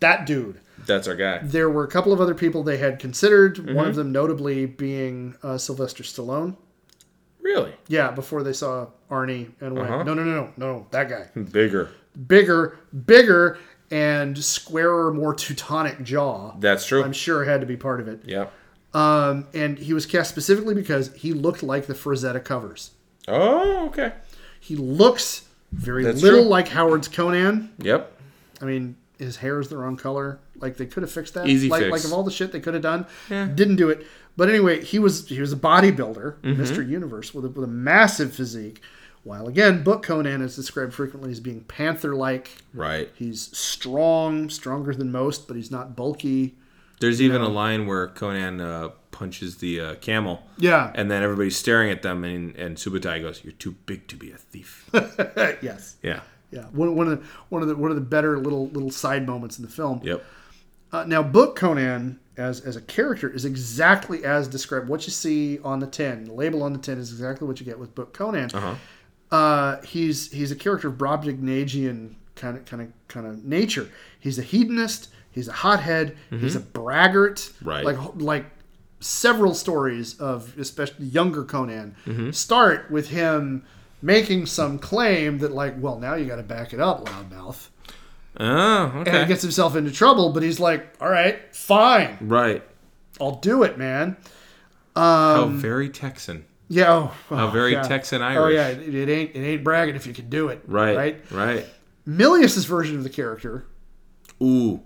that dude. that's our guy. There were a couple of other people they had considered. One of them, notably, being uh, Sylvester Stallone. Really Yeah, before they saw Arnie and went, no, no, no, no, no, that guy. bigger. Bigger, bigger, and squarer, more Teutonic jaw. That's true. I'm sure had to be part of it. yeah. Um, and he was cast specifically because he looked like the Frazetta covers. Oh, okay. He looks Very That's little true. like Howard's Conan. Yep. I mean, his hair is the wrong color. Like they could have fixed that. Easy like fix. like of all the shit they could have done, didn't do it. But anyway, he was he was a bodybuilder, Mm-hmm. Mr. Universe, with a, with a massive physique. While again, Book Conan is described frequently as being panther-like. Right. He's strong, stronger than most, but he's not bulky. There's even a line where Conan uh, punches the uh, camel, Yeah. and then everybody's staring at them, and, and Subutai goes, "You're too big to be a thief." yes. yeah. Yeah. One, one of the one of the one of the better little little side moments in the film. Yep. Uh, now, Book Conan as as a character is exactly as described. What you see on the tin, the label on the tin, is exactly what you get with Book Conan. Uh-huh. Uh, he's he's a character of Brobdingnagian kind of kind of kind of nature. He's a hedonist. He's a hothead. He's a braggart. Mm-hmm. Right. Like like several stories of especially younger Conan Mm-hmm. start with him making some claim that like well now you got to back it up loudmouth Oh, and okay. he gets himself into trouble but he's like all right fine right. I'll do it, man. How Um, very Texan. Yeah. Oh, How oh, very yeah. Texan Irish. Oh yeah, it, it ain't it ain't bragging if you can do it. Right. Right. Right. Right. Milius's version of the character Ooh.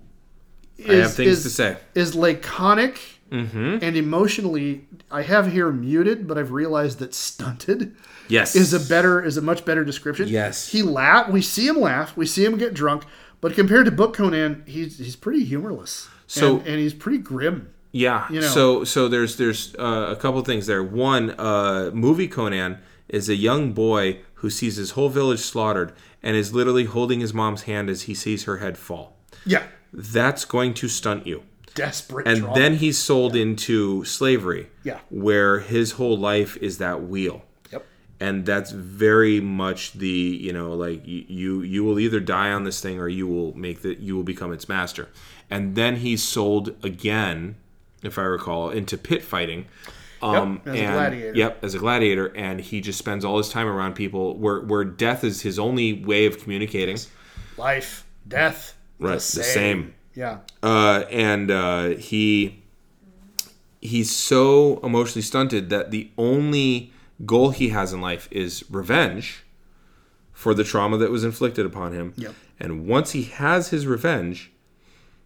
is I have things is, to say. Mm-hmm. is laconic and emotionally. I have here muted, but I've realized that stunted Yes. is a better is a much better description. Yes. He laugh. We see him laugh. We see him get drunk. But compared to Book Conan, he's he's pretty humorless. So- and, and he's pretty grim. Yeah. know. So so there's there's uh, a couple things there. One, uh, movie Conan is a young boy who sees his whole village slaughtered and is literally holding his mom's hand as he sees her head fall. Yeah. That's going to stunt you. Desperate. And draw. then he's sold into slavery. Yeah. Where his whole life is that wheel. Yep. And that's very much the you know like y- you you will either die on this thing or you will make the you will become its master. And then he's sold again, if I recall, into pit fighting. Um, as a and- gladiator. Yep, as a gladiator, and he just spends all his time around people where where death is his only way of communicating. life, death. Right, the same. Yeah. uh, and uh, he he's so emotionally stunted that the only goal he has in life is revenge for the trauma that was inflicted upon him. Yep. And once he has his revenge,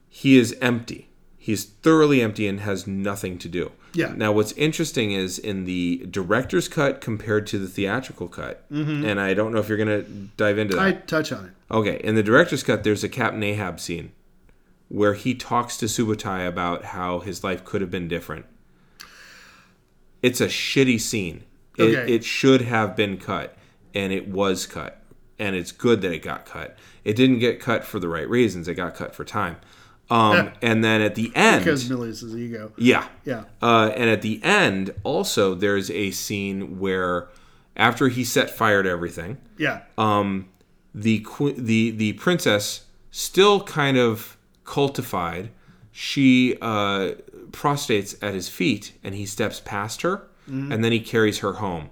he is empty. He's thoroughly empty and has nothing to do. Yeah. Now, what's interesting is in the director's cut compared to the theatrical cut, Mm-hmm. and I don't know if you're going to dive into that. I touch on it. Okay, in the director's cut, there's a Captain Ahab scene where he talks to Subutai about how his life could have been different. It's a shitty scene. It, Okay. it should have been cut, and it was cut. And it's good that it got cut. It didn't get cut for the right reasons, it got cut for time. Um, and then at the end. Because Millie's is ego. yeah. Yeah. Uh, and at the end, also, there's a scene where after he set fire to everything, Yeah. Um, the que- the the princess still kind of cultified. She uh, prostrates at his feet, and he steps past her, and then he carries her home.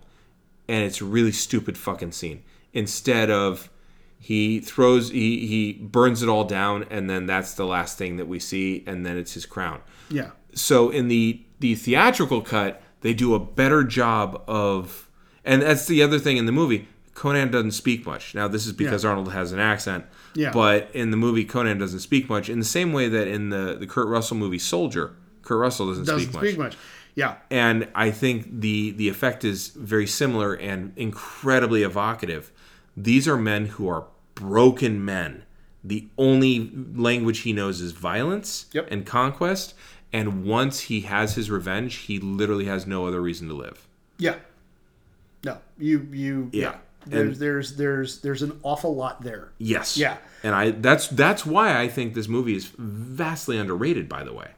And it's a really stupid fucking scene. Instead of he throws he he burns it all down, and then that's the last thing that we see, and then it's his crown yeah. so in the the theatrical cut they do a better job of and that's the other thing in the movie conan doesn't speak much now this is because arnold has an accent Yeah. but in the movie conan doesn't speak much in the same way that in the the kurt russell movie soldier kurt russell doesn't, Doesn't speak, speak much much. Yeah. and i think the the effect is very similar and incredibly evocative these are men who are broken men the only language he knows is violence Yep. and conquest and once he has his revenge he literally has no other reason to live Yeah. No. You you yeah. Yeah. There's And- there's there's there's an awful lot there. yes Yeah. and i that's that's why i think this movie is vastly underrated by the way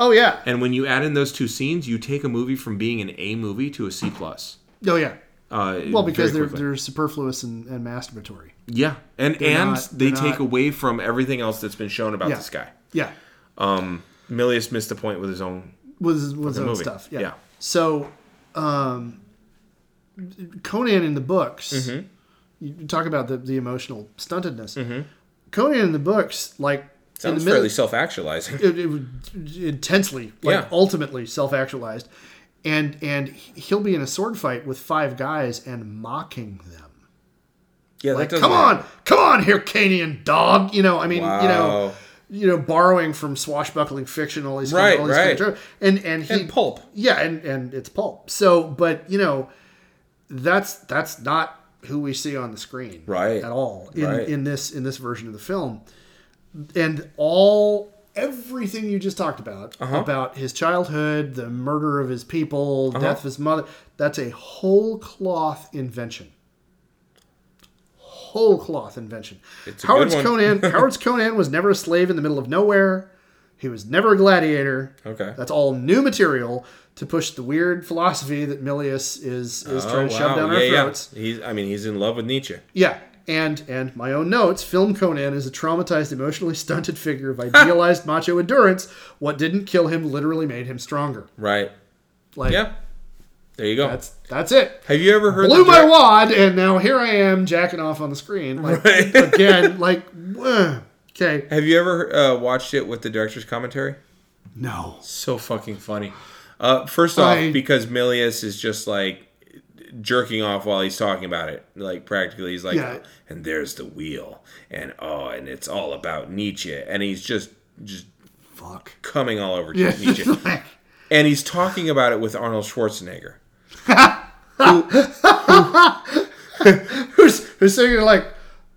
Oh yeah. and when you add in those two scenes you take a movie from being an a movie to a c plus Oh yeah. uh, Well, because very they're quickly. they're superfluous and, and masturbatory. Yeah, and and not- they they're take not- away from everything else that's been shown about Yeah. this guy. Yeah. Milius missed the point with his own. Was was own movie. stuff. Yeah. Yeah. So um Conan in the books Mm-hmm. you talk about the, the emotional stuntedness. Conan in the books, like in the middle, self-actualizing. it, it was intensely, like Yeah. ultimately self-actualized, and and he'll be in a sword fight with five guys and mocking them. Yeah, that like, doesn't come happen. on, come on, Hyrcanian dog. You know, I mean, you know, Wow. you know, borrowing from swashbuckling fiction, all these Right, all these kind of right. tropes. and and he And pulp. yeah, and and it's pulp. So, but you know, that's that's not who we see on the screen, Right. At all in Right. in this in this version of the film, and all everything you just talked about Uh-huh. about his childhood, the murder of his people, death of his mother. That's a whole cloth invention. Whole cloth invention. It's a good Howard's one. Conan. Howard's Conan was never a slave in the middle of nowhere. He was never a gladiator. Okay. That's all new material to push the weird philosophy that Milius is is Oh, trying to shove wow. down yeah, our yeah. throats. He's, I mean, he's in love with Nietzsche. Yeah. And and my own notes, film Conan is a traumatized, emotionally stunted figure of idealized macho endurance. What didn't kill him literally made him stronger. Right. Like Yeah. There you go. that's that's it. Have you ever heard Blew the my joke- wad, and now here I am jacking off on the screen. Like Right. again, like okay. Have you ever uh, watched it with the director's commentary? No. So fucking funny. Uh, first off, I- because Milius is just like jerking off while he's talking about it. Like practically, he's like, Yeah. and there's the wheel, and oh, and it's all about Nietzsche, and he's just just Fuck. coming all over Yeah. Nietzsche, like, and he's talking about it with Arnold Schwarzenegger. who's who's sitting there like,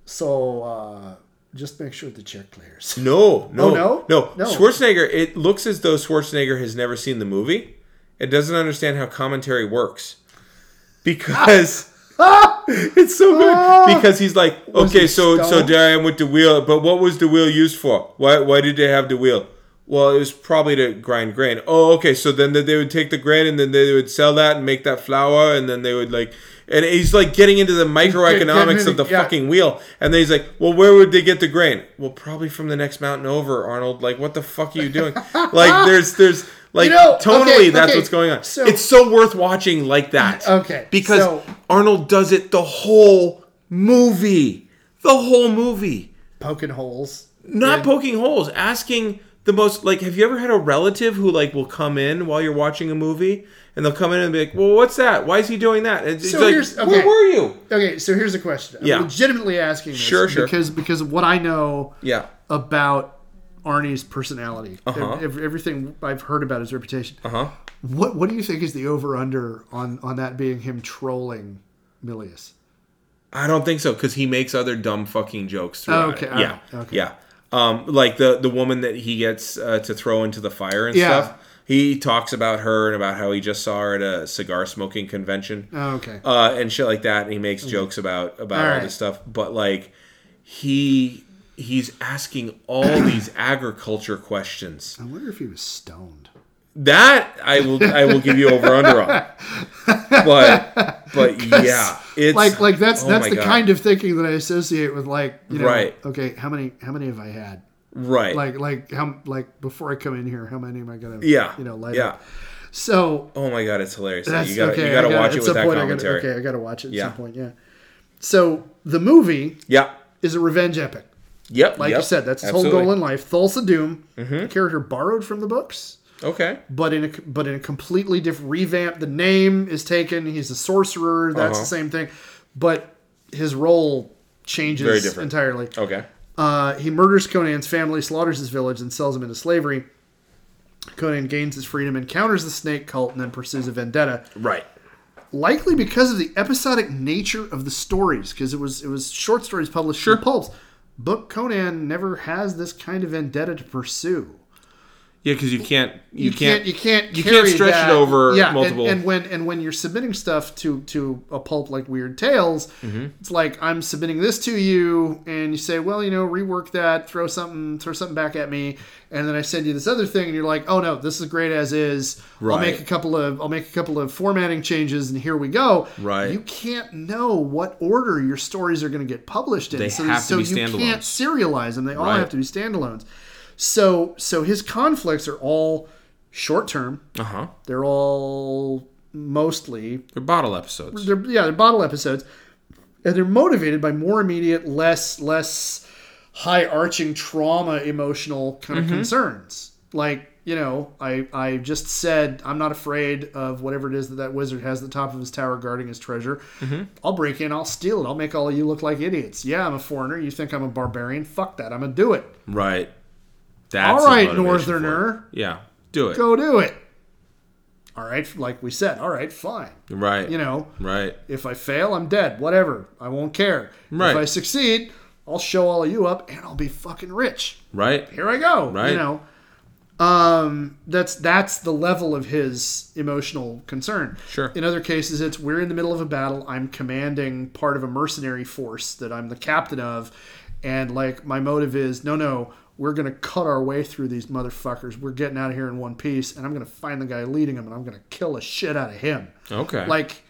so uh just make sure the check clears. No, no, Oh, no? no, No. Schwarzenegger. It looks as though Schwarzenegger has never seen the movie. It doesn't understand how commentary works because it's so Ah. good. Because he's like, okay, Oh. he so so stoned? there I am with the wheel, but what was the wheel used for? Why why did they have the wheel? Well, it was probably to grind grain. Oh, okay. So then they would take the grain and then they would sell that and make that flour and then they would like. And he's like getting into the microeconomics of the Yeah. fucking wheel. And then he's like, well, where would they get the grain? Well, probably from the next mountain over, Arnold. Like, what the fuck are you doing? like, there's, there's, like, You know, totally okay, that's okay, what's going on. so- it's so worth watching like that. Okay, Because so- Arnold does it the whole movie. The whole movie. Poking holes. Not poking holes, asking the most like have you ever had a relative who like will come in while you're watching a movie and they'll come in and be like, "Well, what's that? Why is he doing that?" And it's So like, here's- "Where okay. were you?" Okay, so here's a question. I'm Yeah. legitimately asking this Sure, sure. because because of what I know Yeah. about Arnie's personality, and ev- everything I've heard about his reputation. Uh-huh. What what do you think is the over under on on that being him trolling Milius? I don't think so because he makes other dumb fucking jokes throughout. Okay, it. all yeah, right, okay. yeah. Um, like the the woman that he gets uh, to throw into the fire and Yeah. stuff. He talks about her and about how he just saw her at a cigar smoking convention Oh, Mm. okay. uh, and shit like that. And he makes jokes about about all, Alright. this stuff, but like he he's asking all these agriculture questions. I wonder if he was stoned. That I will I will give you over under on. But but yeah, it's Like like that's oh that's my the God. kind of thinking that I associate with like you know Right. okay how many how many have I had right like like how like before I come in here how many am I gonna yeah you know light yeah. up? so Oh my god, it's hilarious. That's you gotta okay. you gotta I gotta- watch at it with some that point I gotta- commentary. okay, I gotta watch it at Yeah. some point. Yeah. So the movie Yeah. is a revenge epic, Yep. like yep. you said. That's his whole Absolutely. Mm-hmm. goal in life. Thulsa Doom, a character borrowed from the books, Okay. but in a but in a completely different revamp. The name is taken. He's a sorcerer. That's Uh-huh. the same thing, but his role changes Very different. entirely. Okay. Uh, he murders Conan's family, slaughters his village, and sells him into slavery. Conan gains his freedom, encounters the snake cult, and then pursues a vendetta Right. likely because of the episodic nature of the stories, because it was it was short stories published in pulps. Book Conan never has this kind of vendetta to pursue. Yeah, because you can't you, can't, you can't you can't carry stretch it that- over yeah, and- multiple- And, when and when you're submitting stuff to to a pulp like Weird Tales, Mm-hmm. it's like I'm submitting this to you, and you say, well, you know, rework that, throw something throw something back at me, and then I send you this other thing, and you're like, oh no, this is great as is. I'll Right. make a couple of I'll make a couple of formatting changes, and here we go. Right. You can't know what order your stories are going to get published in, They so, have to so be you can't standalones. serialize them. They all Right. have to be standalones. So so his conflicts are all short term. Uh huh. They're all mostly They're bottle episodes. they're yeah, they're bottle episodes. And they're motivated by more immediate, less Mm-hmm. less high arching trauma emotional kind of concerns. Like you know, I I just said I'm not afraid of whatever it is that that wizard has at the top of his tower guarding his treasure. Mm-hmm. I'll break in, I'll steal it, I'll make all of you look like idiots. Yeah, I'm a foreigner. You think I'm a barbarian? Fuck that. I'm gonna do it. Right. That's all right, the motivation for it. northerner, Yeah. Do it. go do it. All right, like we said. All right, fine. Right. You know, Right. if I fail, I'm dead. Whatever. I won't care. Right. If I succeed, I'll show all of you up and I'll be fucking rich Right. here I go. Right. You know, um, that's that's the level of his emotional concern. Sure. In other cases, it's we're in the middle of a battle. I'm commanding part of a mercenary force that I'm the captain of, and like my motive is no, no, we're gonna cut our way through these motherfuckers. We're getting out of here in one piece, and I'm gonna find the guy leading them, and I'm gonna kill the shit out of him. Okay. Like.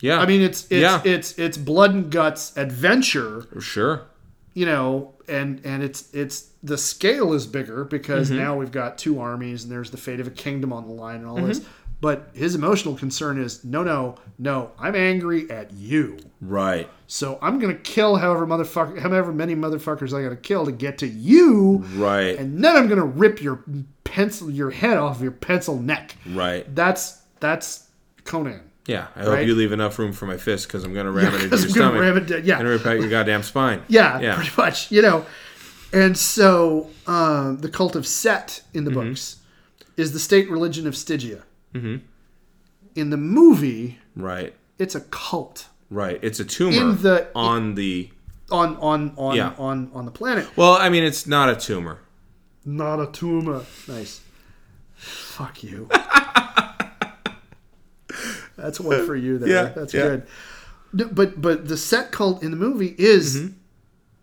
yeah. I mean, it's it's, Yeah. it's it's blood and guts adventure, sure. you know and and it's it's the scale is bigger because Mm-hmm. now we've got two armies and there's the fate of a kingdom on the line and all Mm-hmm. this but his emotional concern is no no no i'm angry at you Right. so i'm gonna kill however motherfucker however many motherfuckers i gotta kill to get to you Right. and then i'm gonna rip your pencil your head off your pencil neck right. that's that's conan Yeah. I hope Right. you leave enough room for my fist because I'm going to ram it into 'cause your I'm gonna stomach. ram it down- yeah. And rip out your goddamn spine. Yeah, Yeah. pretty much. You know, and so um, the cult of Set in the Mm-hmm. books is the state religion of Stygia. Mm-hmm. In the movie, Right. it's a cult Right. It's a tumor In the- on the. on on on Yeah. on on the planet. Well, I mean, it's not a tumor. Not a tumor. Nice. Fuck you. That's one for you there. Yeah, That's yeah. good. No, But but the set cult in the movie is Mm-hmm.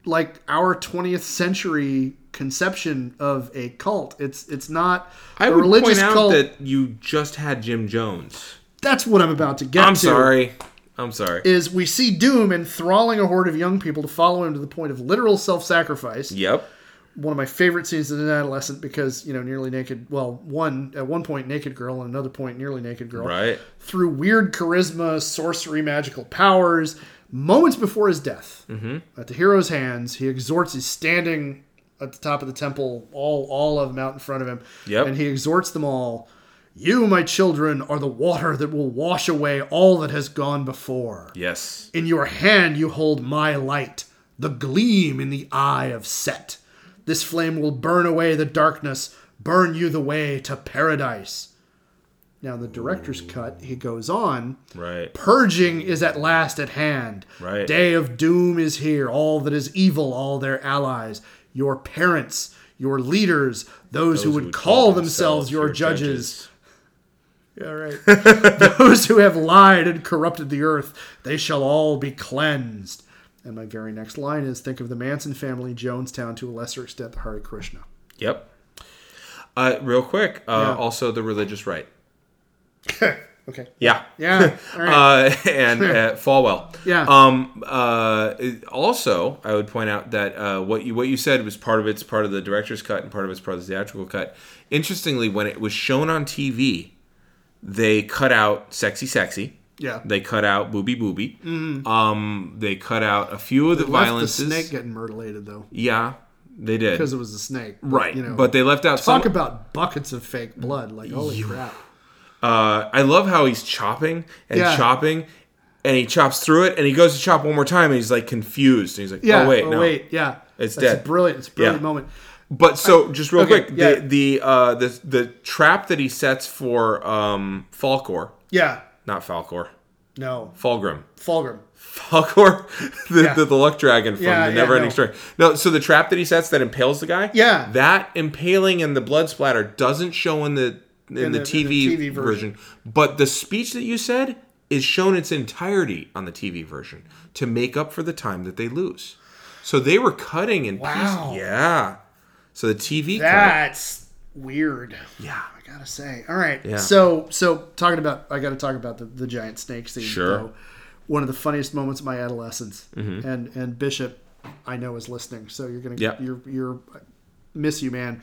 like our 20th century conception of a cult. It's it's not I a would religious point out cult. that you just had Jim Jones. That's what I'm about to get I'm to. sorry. I'm sorry. Is we see Doom enthralling a horde of young people to follow him to the point of literal self-sacrifice. yep. one of my favorite scenes as an adolescent because you know nearly naked well one at one point naked girl and another point nearly naked girl Right. through weird charisma sorcery magical powers moments before his death Mm-hmm. at the hero's hands he exhorts he's standing at the top of the temple all all of them out in front of him Yep. and he exhorts them all you my children are the water that will wash away all that has gone before Yes. in your hand you hold my light, the gleam in the eye of Set. This flame will burn away the darkness, burn you the way to paradise. Now, in the director's cut, he goes on Right. Purging is at last at hand. Right. Day of doom is here. All that is evil, all their allies, your parents, your leaders, those, who would call, themselves your judges. Yeah, right. Those who have lied and corrupted the earth, they shall all be cleansed. And my very next line is think of the Manson family, Jonestown, to a lesser extent, the Hare Krishna. Yep. Uh, real quick. Uh, Yeah. Also, the religious right. Okay. Yeah. Yeah. All right. Uh, and uh, Falwell. Yeah. Um. Uh. Also, I would point out that uh, what you what you said was part of it's part of the director's cut and part of it's part of the theatrical cut. Interestingly, when it was shown on TV, they cut out "sexy, sexy." yeah. Mm-hmm. They cut out "booby, booby." Um. They cut out a few of the Left violences. The snake getting mutilated, though, yeah, they did. because it was a snake. But, Right. You know, but they left out some. Oh, talk about buckets of fake blood. Like, holy crap. uh, I love how he's chopping and Yeah. chopping, and he chops through it, and he goes to chop one more time, and he's like confused, and he's like, Yeah. "Oh wait, no." wait. Yeah. It's That's dead. brilliant. It's a brilliant Yeah. moment. But so just real Okay, quick, yeah. the the, uh, the the trap that he sets for um, Falcor, Yeah. not Falcor, No. Falgrim. Fulgrim. Falcor, the, Yeah. the, the luck dragon from Yeah, the yeah, Never Ending no. Story. No, so the trap that he sets that impales the guy. Yeah. that impaling and the blood splatter doesn't show in the in, In the, the- in the TV TV version. version. but the speech that you said is shown its entirety on the TV version to make up for the time that they lose. So they were cutting in Wow. pieces. Yeah. So the TV cut. That's weird. Yeah. I gotta say. All right. Yeah. So so talking about I gotta talk about the, the giant snake scene. Sure. Mm-hmm. One of the funniest moments of my adolescence. And and Bishop, I know is listening, so you're gonna Yep. you're you're miss you, man.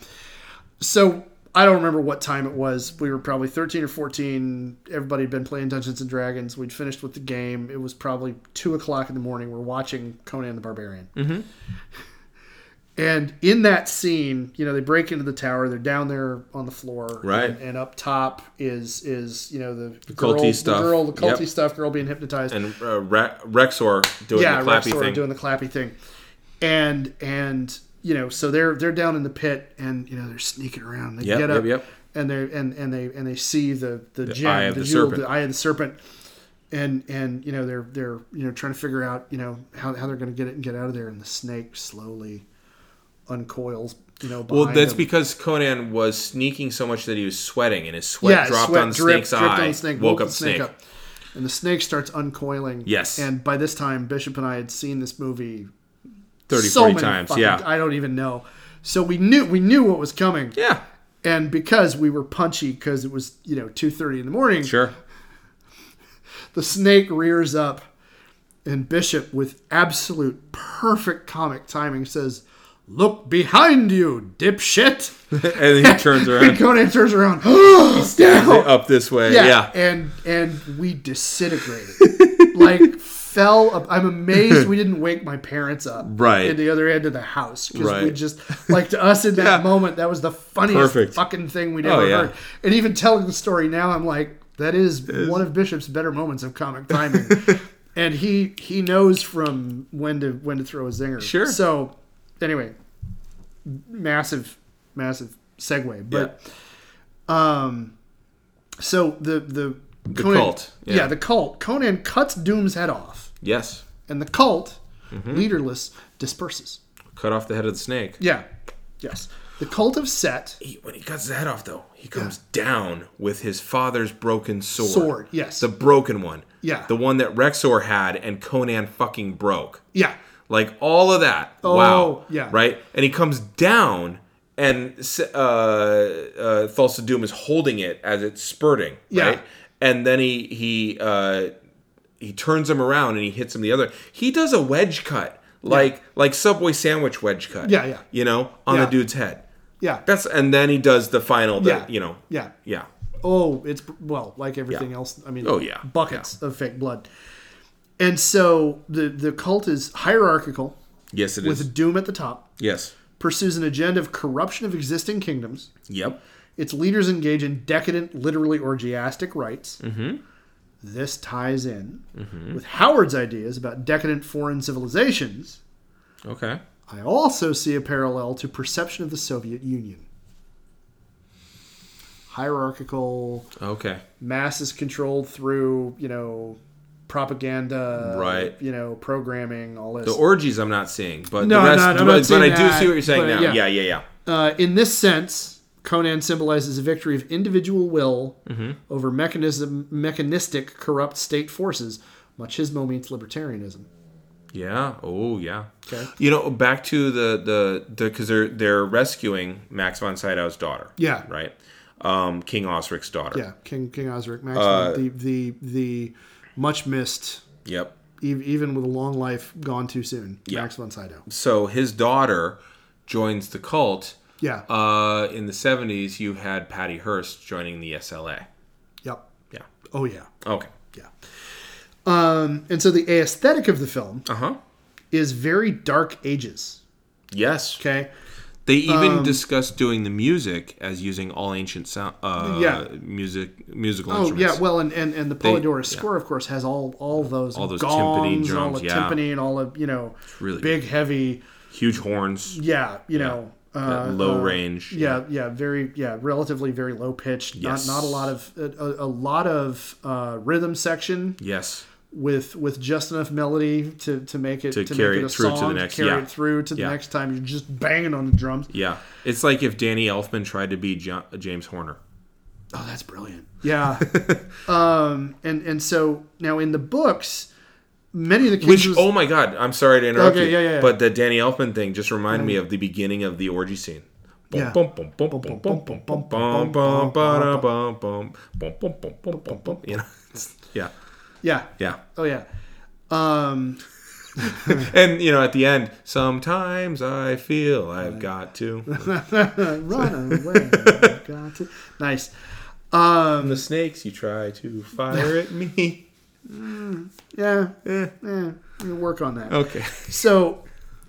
So I don't remember what time it was. We were probably 13 or 14. Everybody had been playing Dungeons and Dragons. We'd finished with the game. Mm-hmm. It was probably two o'clock in the morning. We're watching Conan the Barbarian And in that scene, you know, they break into the tower. They're down there on the floor, Right. And, and up top is is you know the, culty girl, stuff. the girl, the culty Yep. stuff, girl being hypnotized, and uh, Re- Rexor doing yeah, the clappy Rexor thing. doing the clappy thing, and and you know, so they're they're down in the pit, and you know they're sneaking around. They Yep, get up, yep, yep. and they and and they and they see the the, gem, eye of the jewel, serpent. the eye of the serpent, and and you know they're they're you know trying to figure out you know how, how they're going to get it and get out of there, and the snake slowly uncoils. You know, Well, behind that's them. because Conan was sneaking so much that he was sweating, and his sweat dropped on the dripped- snake's dripped on eye, the snake, woke up the snake. And the snake starts uncoiling. Yes. And by this time, Bishop and I had seen this movie 30, so 40 many times. fucking- yeah. I don't even know. So we knew we knew what was coming, yeah. and because we were punchy, because it was you know two thirty in the morning, Sure. the snake rears up, and Bishop, with absolute perfect comic timing, says, "Look behind you, dipshit!" and he turns And around Conan turns around, down, up this way. Yeah. yeah, and and we disintegrated like fell up. i'm amazed we didn't wake my parents up Right. in the other end of the house because we Right. just like to us in that Yeah. moment that was the funniest Perfect. fucking thing we'd Oh, ever yeah. heard and even telling the story now i'm like that is one of bishop's better moments of comic timing and he he knows from when to when to throw a zinger Sure. so anyway massive massive segue but um, so the the, the cult, Yeah. yeah. the cult. Conan cuts Doom's head off, Yes. and the cult, Mm-hmm. leaderless, disperses. Cut off the head of the snake. Yeah, yes. The cult of Set He, when he cuts his head off, though, he comes down with his father's broken sword. sword. Yes. The broken one. Yeah. The one that Rexor had and Conan fucking broke. yeah. Like all of that. Oh, wow. yeah. Right? And he comes down and uh, uh, Thulsa Doom is holding it as it's spurting. Yeah. Right? And then he he uh, he turns him around and he hits him the other. He does a wedge cut. Like like Subway sandwich wedge cut. Yeah, yeah. You know, on Yeah. the dude's head. Yeah. That's and then he does the final the, yeah. you know. Yeah. Yeah. Oh, it's well, like everything else. I mean, Oh, yeah. buckets of fake blood. And so the the cult is hierarchical Yes it is. with Doom at the top. yes. Pursues an agenda of corruption of existing kingdoms. Yep. Its leaders engage in decadent, literally orgiastic rites. Mm-hmm. This ties in with Howard's ideas about decadent foreign civilizations. Okay. I also see a parallel to perception of the Soviet Union. Hierarchical, Okay. masses controlled through, you know, propaganda, Right. you know, programming, all this. The orgies I'm not seeing, but No, the rest, no, no, I'm but, not seeing but I do that, see what you're saying but now. yeah. Yeah. yeah, yeah, yeah. Uh, in this sense, Conan symbolizes a victory of individual will Mm-hmm. over mechanism, mechanistic, corrupt state forces. Machismo meets libertarianism. Oh, yeah. Okay. You know, back to the the the because they're they're rescuing Max von Sydow's daughter. Yeah. Right. Um, King Osric's daughter. Yeah, King King Osric Maxwell, Uh, the the the much missed, Yep. ev- even with a long life gone too soon. Yeah. Max von Sydow. So his daughter joins the cult. Yeah. Uh, in the 70s, you had Patty Hearst joining the SLA. yep. Yeah. Oh yeah. Okay. Yeah. Um, and so the aesthetic of the film Uh huh. is very dark ages. Yes. Okay. They even Um, discussed doing the music as using all ancient sound, uh, Yeah. music, musical Oh instruments. yeah, well, and and, and the Polydorus score, of course, has all all those all those timpani timpani drums, all drums, the yeah. timpani, and all of you know, really big heavy, huge horns, yeah, you know, uh, that low uh, range. yeah, yeah, very, yeah, relatively very low pitched. Yes. Not not a lot of a, a- a lot of uh, rhythm section Yes. with with just enough melody to to make it to, carry make it, it a through to the song, next- carry yeah. it through to the Yeah. next time. You're just banging on the drums. Yeah. It's like if Danny Elfman tried to be Jo- James Horner. Oh, that's brilliant. Yeah. um, and and so now in the books, many of the Which, kings oh my God, I'm sorry to interrupt Okay, you. yeah, yeah, yeah. But the Danny Elfman thing just reminded me of the beginning of the orgy scene. Bum, Yeah. bum, bum, Um, bum, bum, bum, bum, bum, bum, bum, ba-da, bum, bum, bum, bum, bum, bum, bum, bum. You know? It's- Yeah. yeah. Yeah. Oh yeah. Um, And, you know, at the end, sometimes I feel I've got to. run away. I've got to- Nice. Um, The snakes you try to fire at me. yeah. Eh, yeah. We'll work on that. Okay. So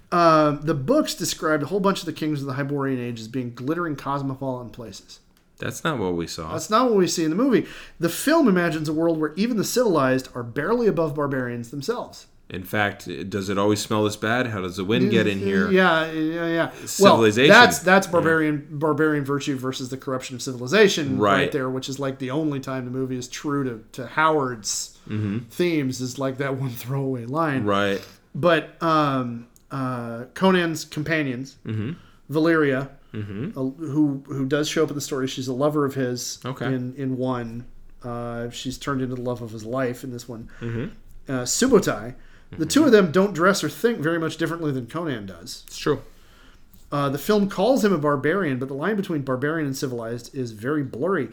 Uh, the books described a whole bunch of the kings of the Hyborian Age as being glittering cosmopolitan places. That's not what we saw. That's not what we see in the movie. The film imagines a world where even the civilized are barely above barbarians themselves. In fact, does it always smell this bad? How does the wind get in here? uh, Yeah, yeah, yeah. Civilization. Well, that's that's barbarian barbarian virtue versus the corruption of civilization right, Right. there, which is like the only time the movie is true to, to Howard's Mm-hmm. themes is like that one throwaway line. Right. But um, uh, Conan's companions, Valeria, uh, who who does show up in the story, she's a lover of his. Okay. In in one, uh, she's turned into the love of his life in this one. Uh, Subotai. The two of them don't dress or think very much differently than Conan does. It's true. Uh, the film calls him a barbarian, but the line between barbarian and civilized is very blurry.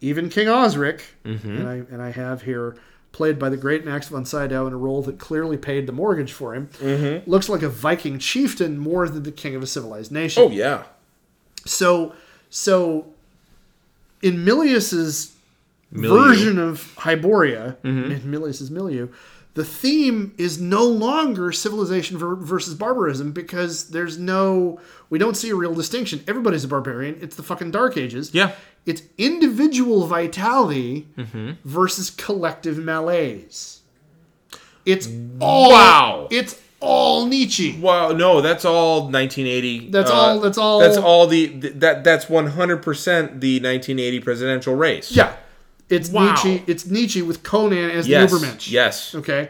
Even King Osric, and, I, and I have here, played by the great Max von Sydow in a role that clearly paid the mortgage for him, looks like a Viking chieftain more than the king of a civilized nation. Oh yeah. So, so in Milius's version of Hyboria, Mm-hmm. in Milius's milieu, the theme is no longer civilization ver- versus barbarism because there's no, we don't see a real distinction. Everybody's a barbarian. It's the fucking Dark Ages. Yeah. It's individual vitality Mm-hmm. versus collective malaise. It's all. Wow. It's all Nietzsche. Wow. No, that's all 1980. That's uh, all- that's all- That's all the th- that that's 100 percent the 1980 presidential race. Yeah. It's Wow. Nietzsche. It's Nietzsche with Conan as Yes. the Ubermensch. Yes. Okay.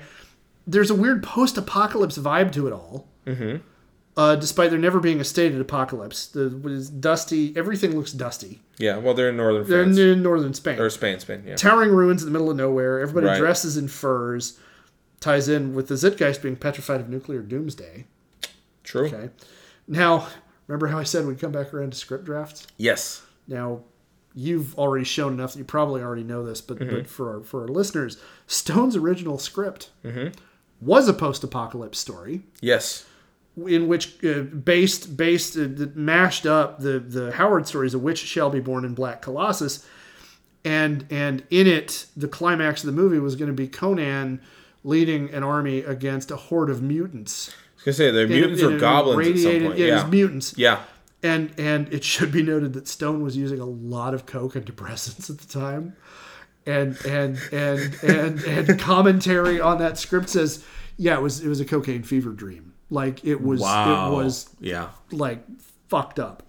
There's a weird post-apocalypse vibe to it all. Mm-hmm. Uh, despite there never being a stated apocalypse, the what is dusty. Everything looks dusty. Yeah. Well, they're in northern They're France in northern Spain. or Spain. Spain. Yeah. Towering ruins in the middle of nowhere. Everybody Right. dresses in furs. Ties in with the Zitgeist being petrified of nuclear doomsday. True. Okay. Now, remember how I said we'd come back around to script drafts? Yes. Now, you've already shown enough that you probably already know this, but, Mm-hmm. but for, our, for our listeners, Stone's original script Mm-hmm. was a post apocalypse story Yes. in which uh, based based uh, th- mashed up the the Howard stories of which shall be born in Black Colossus, and and in it the climax of the movie was going to be Conan leading an army against a horde of mutants, I was gonna say they're In a- mutants in or a goblins at some radiated- point. Yeah, it was Yeah. mutants. Yeah. And and it should be noted that Stone was using a lot of coke and depressants at the time. And and and and and commentary on that script says, yeah, it was it was a cocaine fever dream. Like it was Wow. it was Yeah. like fucked up.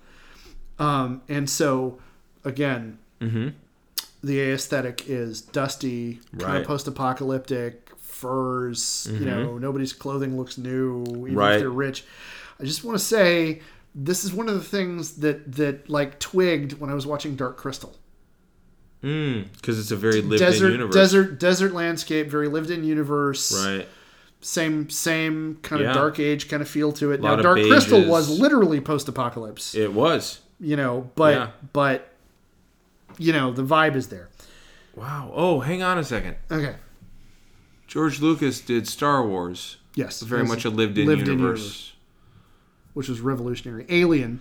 Um, and so again, Mm-hmm. the aesthetic is dusty, kind Right. Mm-hmm. of post-apocalyptic furs. You know, nobody's clothing looks new, even Right. if they're rich. I just want to say this is one of the things that that like twigged when I was watching Dark Crystal. Because Hmm. it's a very lived in desert, universe. desert, desert landscape, very lived-in universe Right. same same kind Yeah. of dark age kind of feel to it. Now Lot of Dark Crystal beiges. was literally post apocalypse, It was. you know, but Yeah. but you know, the vibe is there. Wow. Oh, hang on a second. Okay. George Lucas did Star Wars. Yes. It's very It was much a lived-in lived-in universe. universe. which was revolutionary. Alien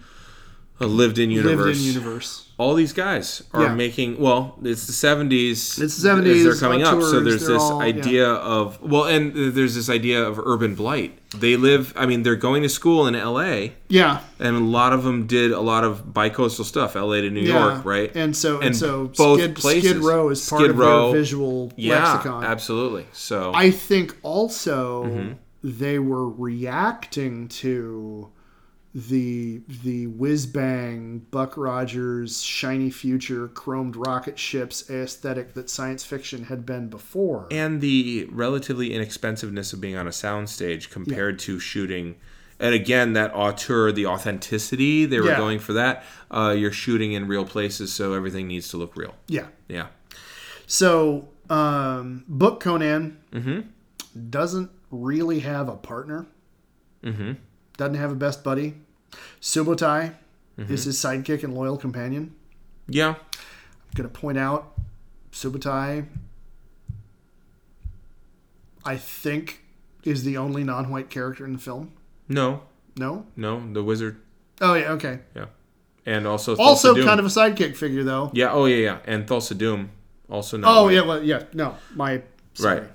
A lived-in universe. lived in universe. All these guys are Yeah. making. Well, it's the seventies. It's the 70s, They're coming up, so auteurs, there's they're this all- yeah. idea of well, and there's this idea of urban blight. They live. I mean, they're going to school in L.A. Yeah. and a lot of them did a lot of bicoastal stuff, L.A. to New Yeah. York, right? And so and, And so both Skid, places. Skid Row is part Skid of Row, their visual yeah, lexicon. absolutely. So I think also Mm-hmm. they were reacting to the the whiz bang Buck Rogers shiny future chromed rocket ships aesthetic that science fiction had been before. and the relatively inexpensiveness of being on a soundstage compared to shooting and again that auteur the authenticity they were Yeah. going for that uh, you're shooting in real places so everything needs to look real yeah. yeah So um, book Conan Mm-hmm. doesn't really have a partner. Mm-hmm. Doesn't have a best buddy. Subotai Mm-hmm. is his sidekick and loyal companion. yeah going to point out Subotai, I think, is the only non white character in the film. no No? no the wizard Oh, yeah, okay. yeah and also Also, Thulsa Doom. kind of a sidekick figure, though. yeah oh yeah yeah and Thulsa Doom also not Oh, white. yeah, well, yeah, no. My. Sorry. right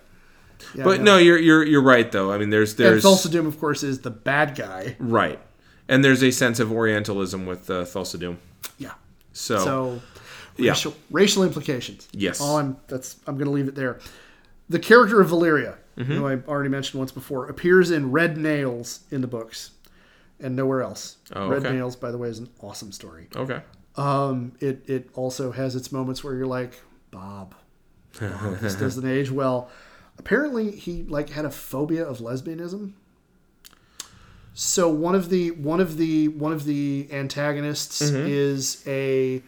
Yeah, but yeah. no, you're you're you're right though. I mean, there's And there's Mm. Thulsa Doom, of course, is the bad guy. right, and there's a sense of Orientalism with uh, Thulsa Doom. Yeah. So, So, Yeah. racial, racial implications. Yes. All I'm that's I'm going to leave it there. The character of Valeria, Mm-hmm. who I already mentioned once before, appears in Red Nails in the books, and nowhere else. Oh, Red okay. Nails, by the way, is an awesome story. okay, Um, it it also has its moments where you're like, Bob, Bob, this doesn't age well. Apparently, he like had a phobia of lesbianism. So one of the one of the one of the antagonists is a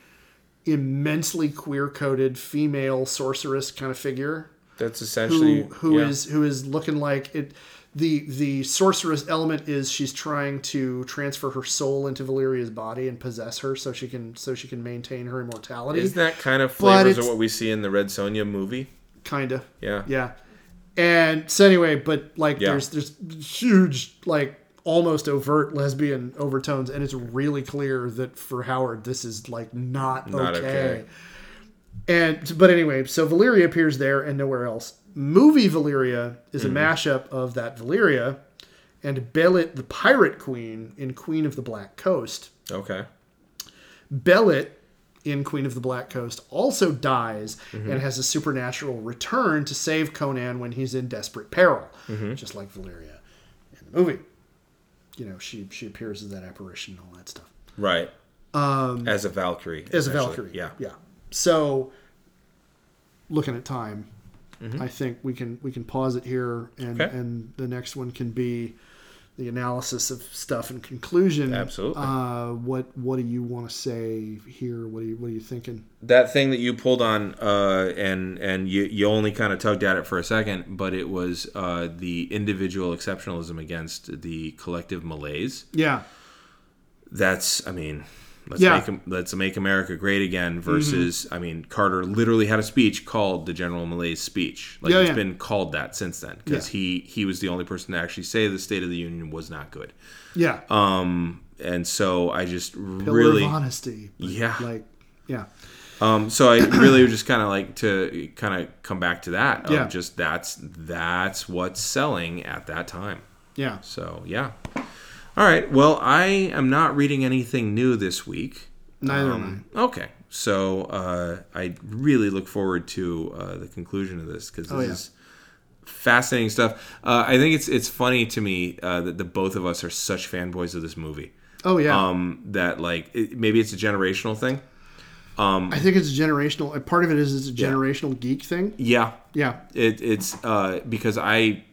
immensely queer coded female sorceress kind of figure that's who essentially who yeah. is- who is looking like it the the sorceress element is she's trying to transfer her soul into Valeria's body and possess her so she can so she can maintain her immortality Isn't that kind of But flavors it's- of what we see in the Red Sonja movie? kind of Yeah. yeah and so anyway but like Yeah. there's there's huge like almost overt lesbian overtones and it's really clear that for Howard this is like not, Not okay. okay. And but anyway, so Valeria appears there and nowhere else. Movie Valeria is Mm-hmm. a mashup of that Valeria and Bellet the Pirate Queen in Queen of the Black Coast. Okay. Bellet in Queen of the Black Coast also dies and has a supernatural return to save Conan when he's in desperate peril, just like Valeria in the movie. You know, she she appears as that apparition and all that stuff Right. Um, as a Valkyrie. as a essentially. Valkyrie. Yeah. yeah. So, looking at time, I think we can we can pause it here, and Okay. and the next one can be the analysis of stuff and conclusion. Absolutely. Uh, what what do you want to say here? What are you what are you thinking? That thing that you pulled on, uh, and and you you only kind of tugged at it for a second, but it was uh, the individual exceptionalism against the collective malaise. Yeah. That's, I mean. Let's, Yeah. Mm-hmm. make make, let's make America great again versus, I mean, Carter literally had a speech called the General Malaise speech. Like, Yeah, it's yeah. been called that since then because Yeah. he, he was the only person to actually say the State of the Union was not good. Yeah. Um, and so I just Pillar really, of honesty. but, Yeah. Like. Yeah. um, so I really would just kind of like to kind of come back to that. of Yeah. Just that's that's what's selling at that time. Yeah. So yeah. All right. Well, I am not reading anything new this week. Neither am I. Um, okay. So uh, I really look forward to uh, the conclusion of this because this Oh, yeah. is fascinating stuff. Uh, I think it's it's funny to me uh, that the both of us are such fanboys of this movie. Oh yeah. Um, that like it, maybe it's a generational thing. I think it's a generational. a Part of it is it's a generational geek thing. Yeah, Yeah. it, it's uh, because I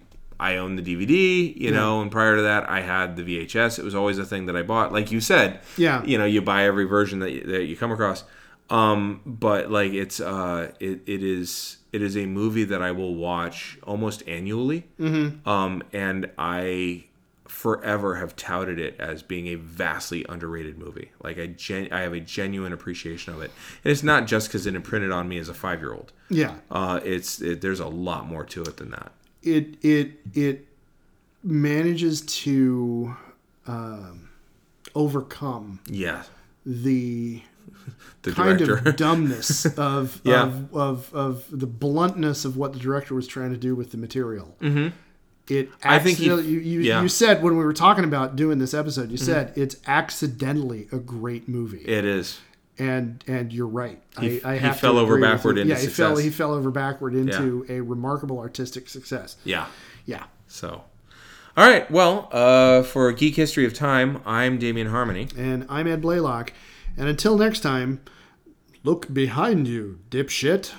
I own the DVD, you know, and prior to that I had the VHS. It was always a thing that I bought. Like you said, Yeah. you know, you buy every version that you, that you come across. Um, but like it's uh, it, it is it is a movie that I will watch almost annually. Mm-hmm. Um, and I forever have touted it as being a vastly underrated movie. Like I gen- I have a genuine appreciation of it, and it's not just because it imprinted on me as a five year old Yeah. uh, it's it, there's a lot more to it than that. it it it manages to um, overcome Yeah, the the kind director. of dumbness of, Yeah. of of of the bluntness of what the director was trying to do with the material. Mm-hmm. It I think he- accidentally, you you, yeah. Mm-hmm. you said when we were talking about doing this episode, you said it's accidentally a great movie it is. and and you're right. He- I, I he have to fell over agree with backward you. into yeah. He fell success. he fell over backward into a remarkable artistic success. Yeah. Yeah. So, all right. Well, uh, for Geek History of Time, I'm Damien Harmony. and I'm Ed Blaylock. And until next time, look behind you, dipshit.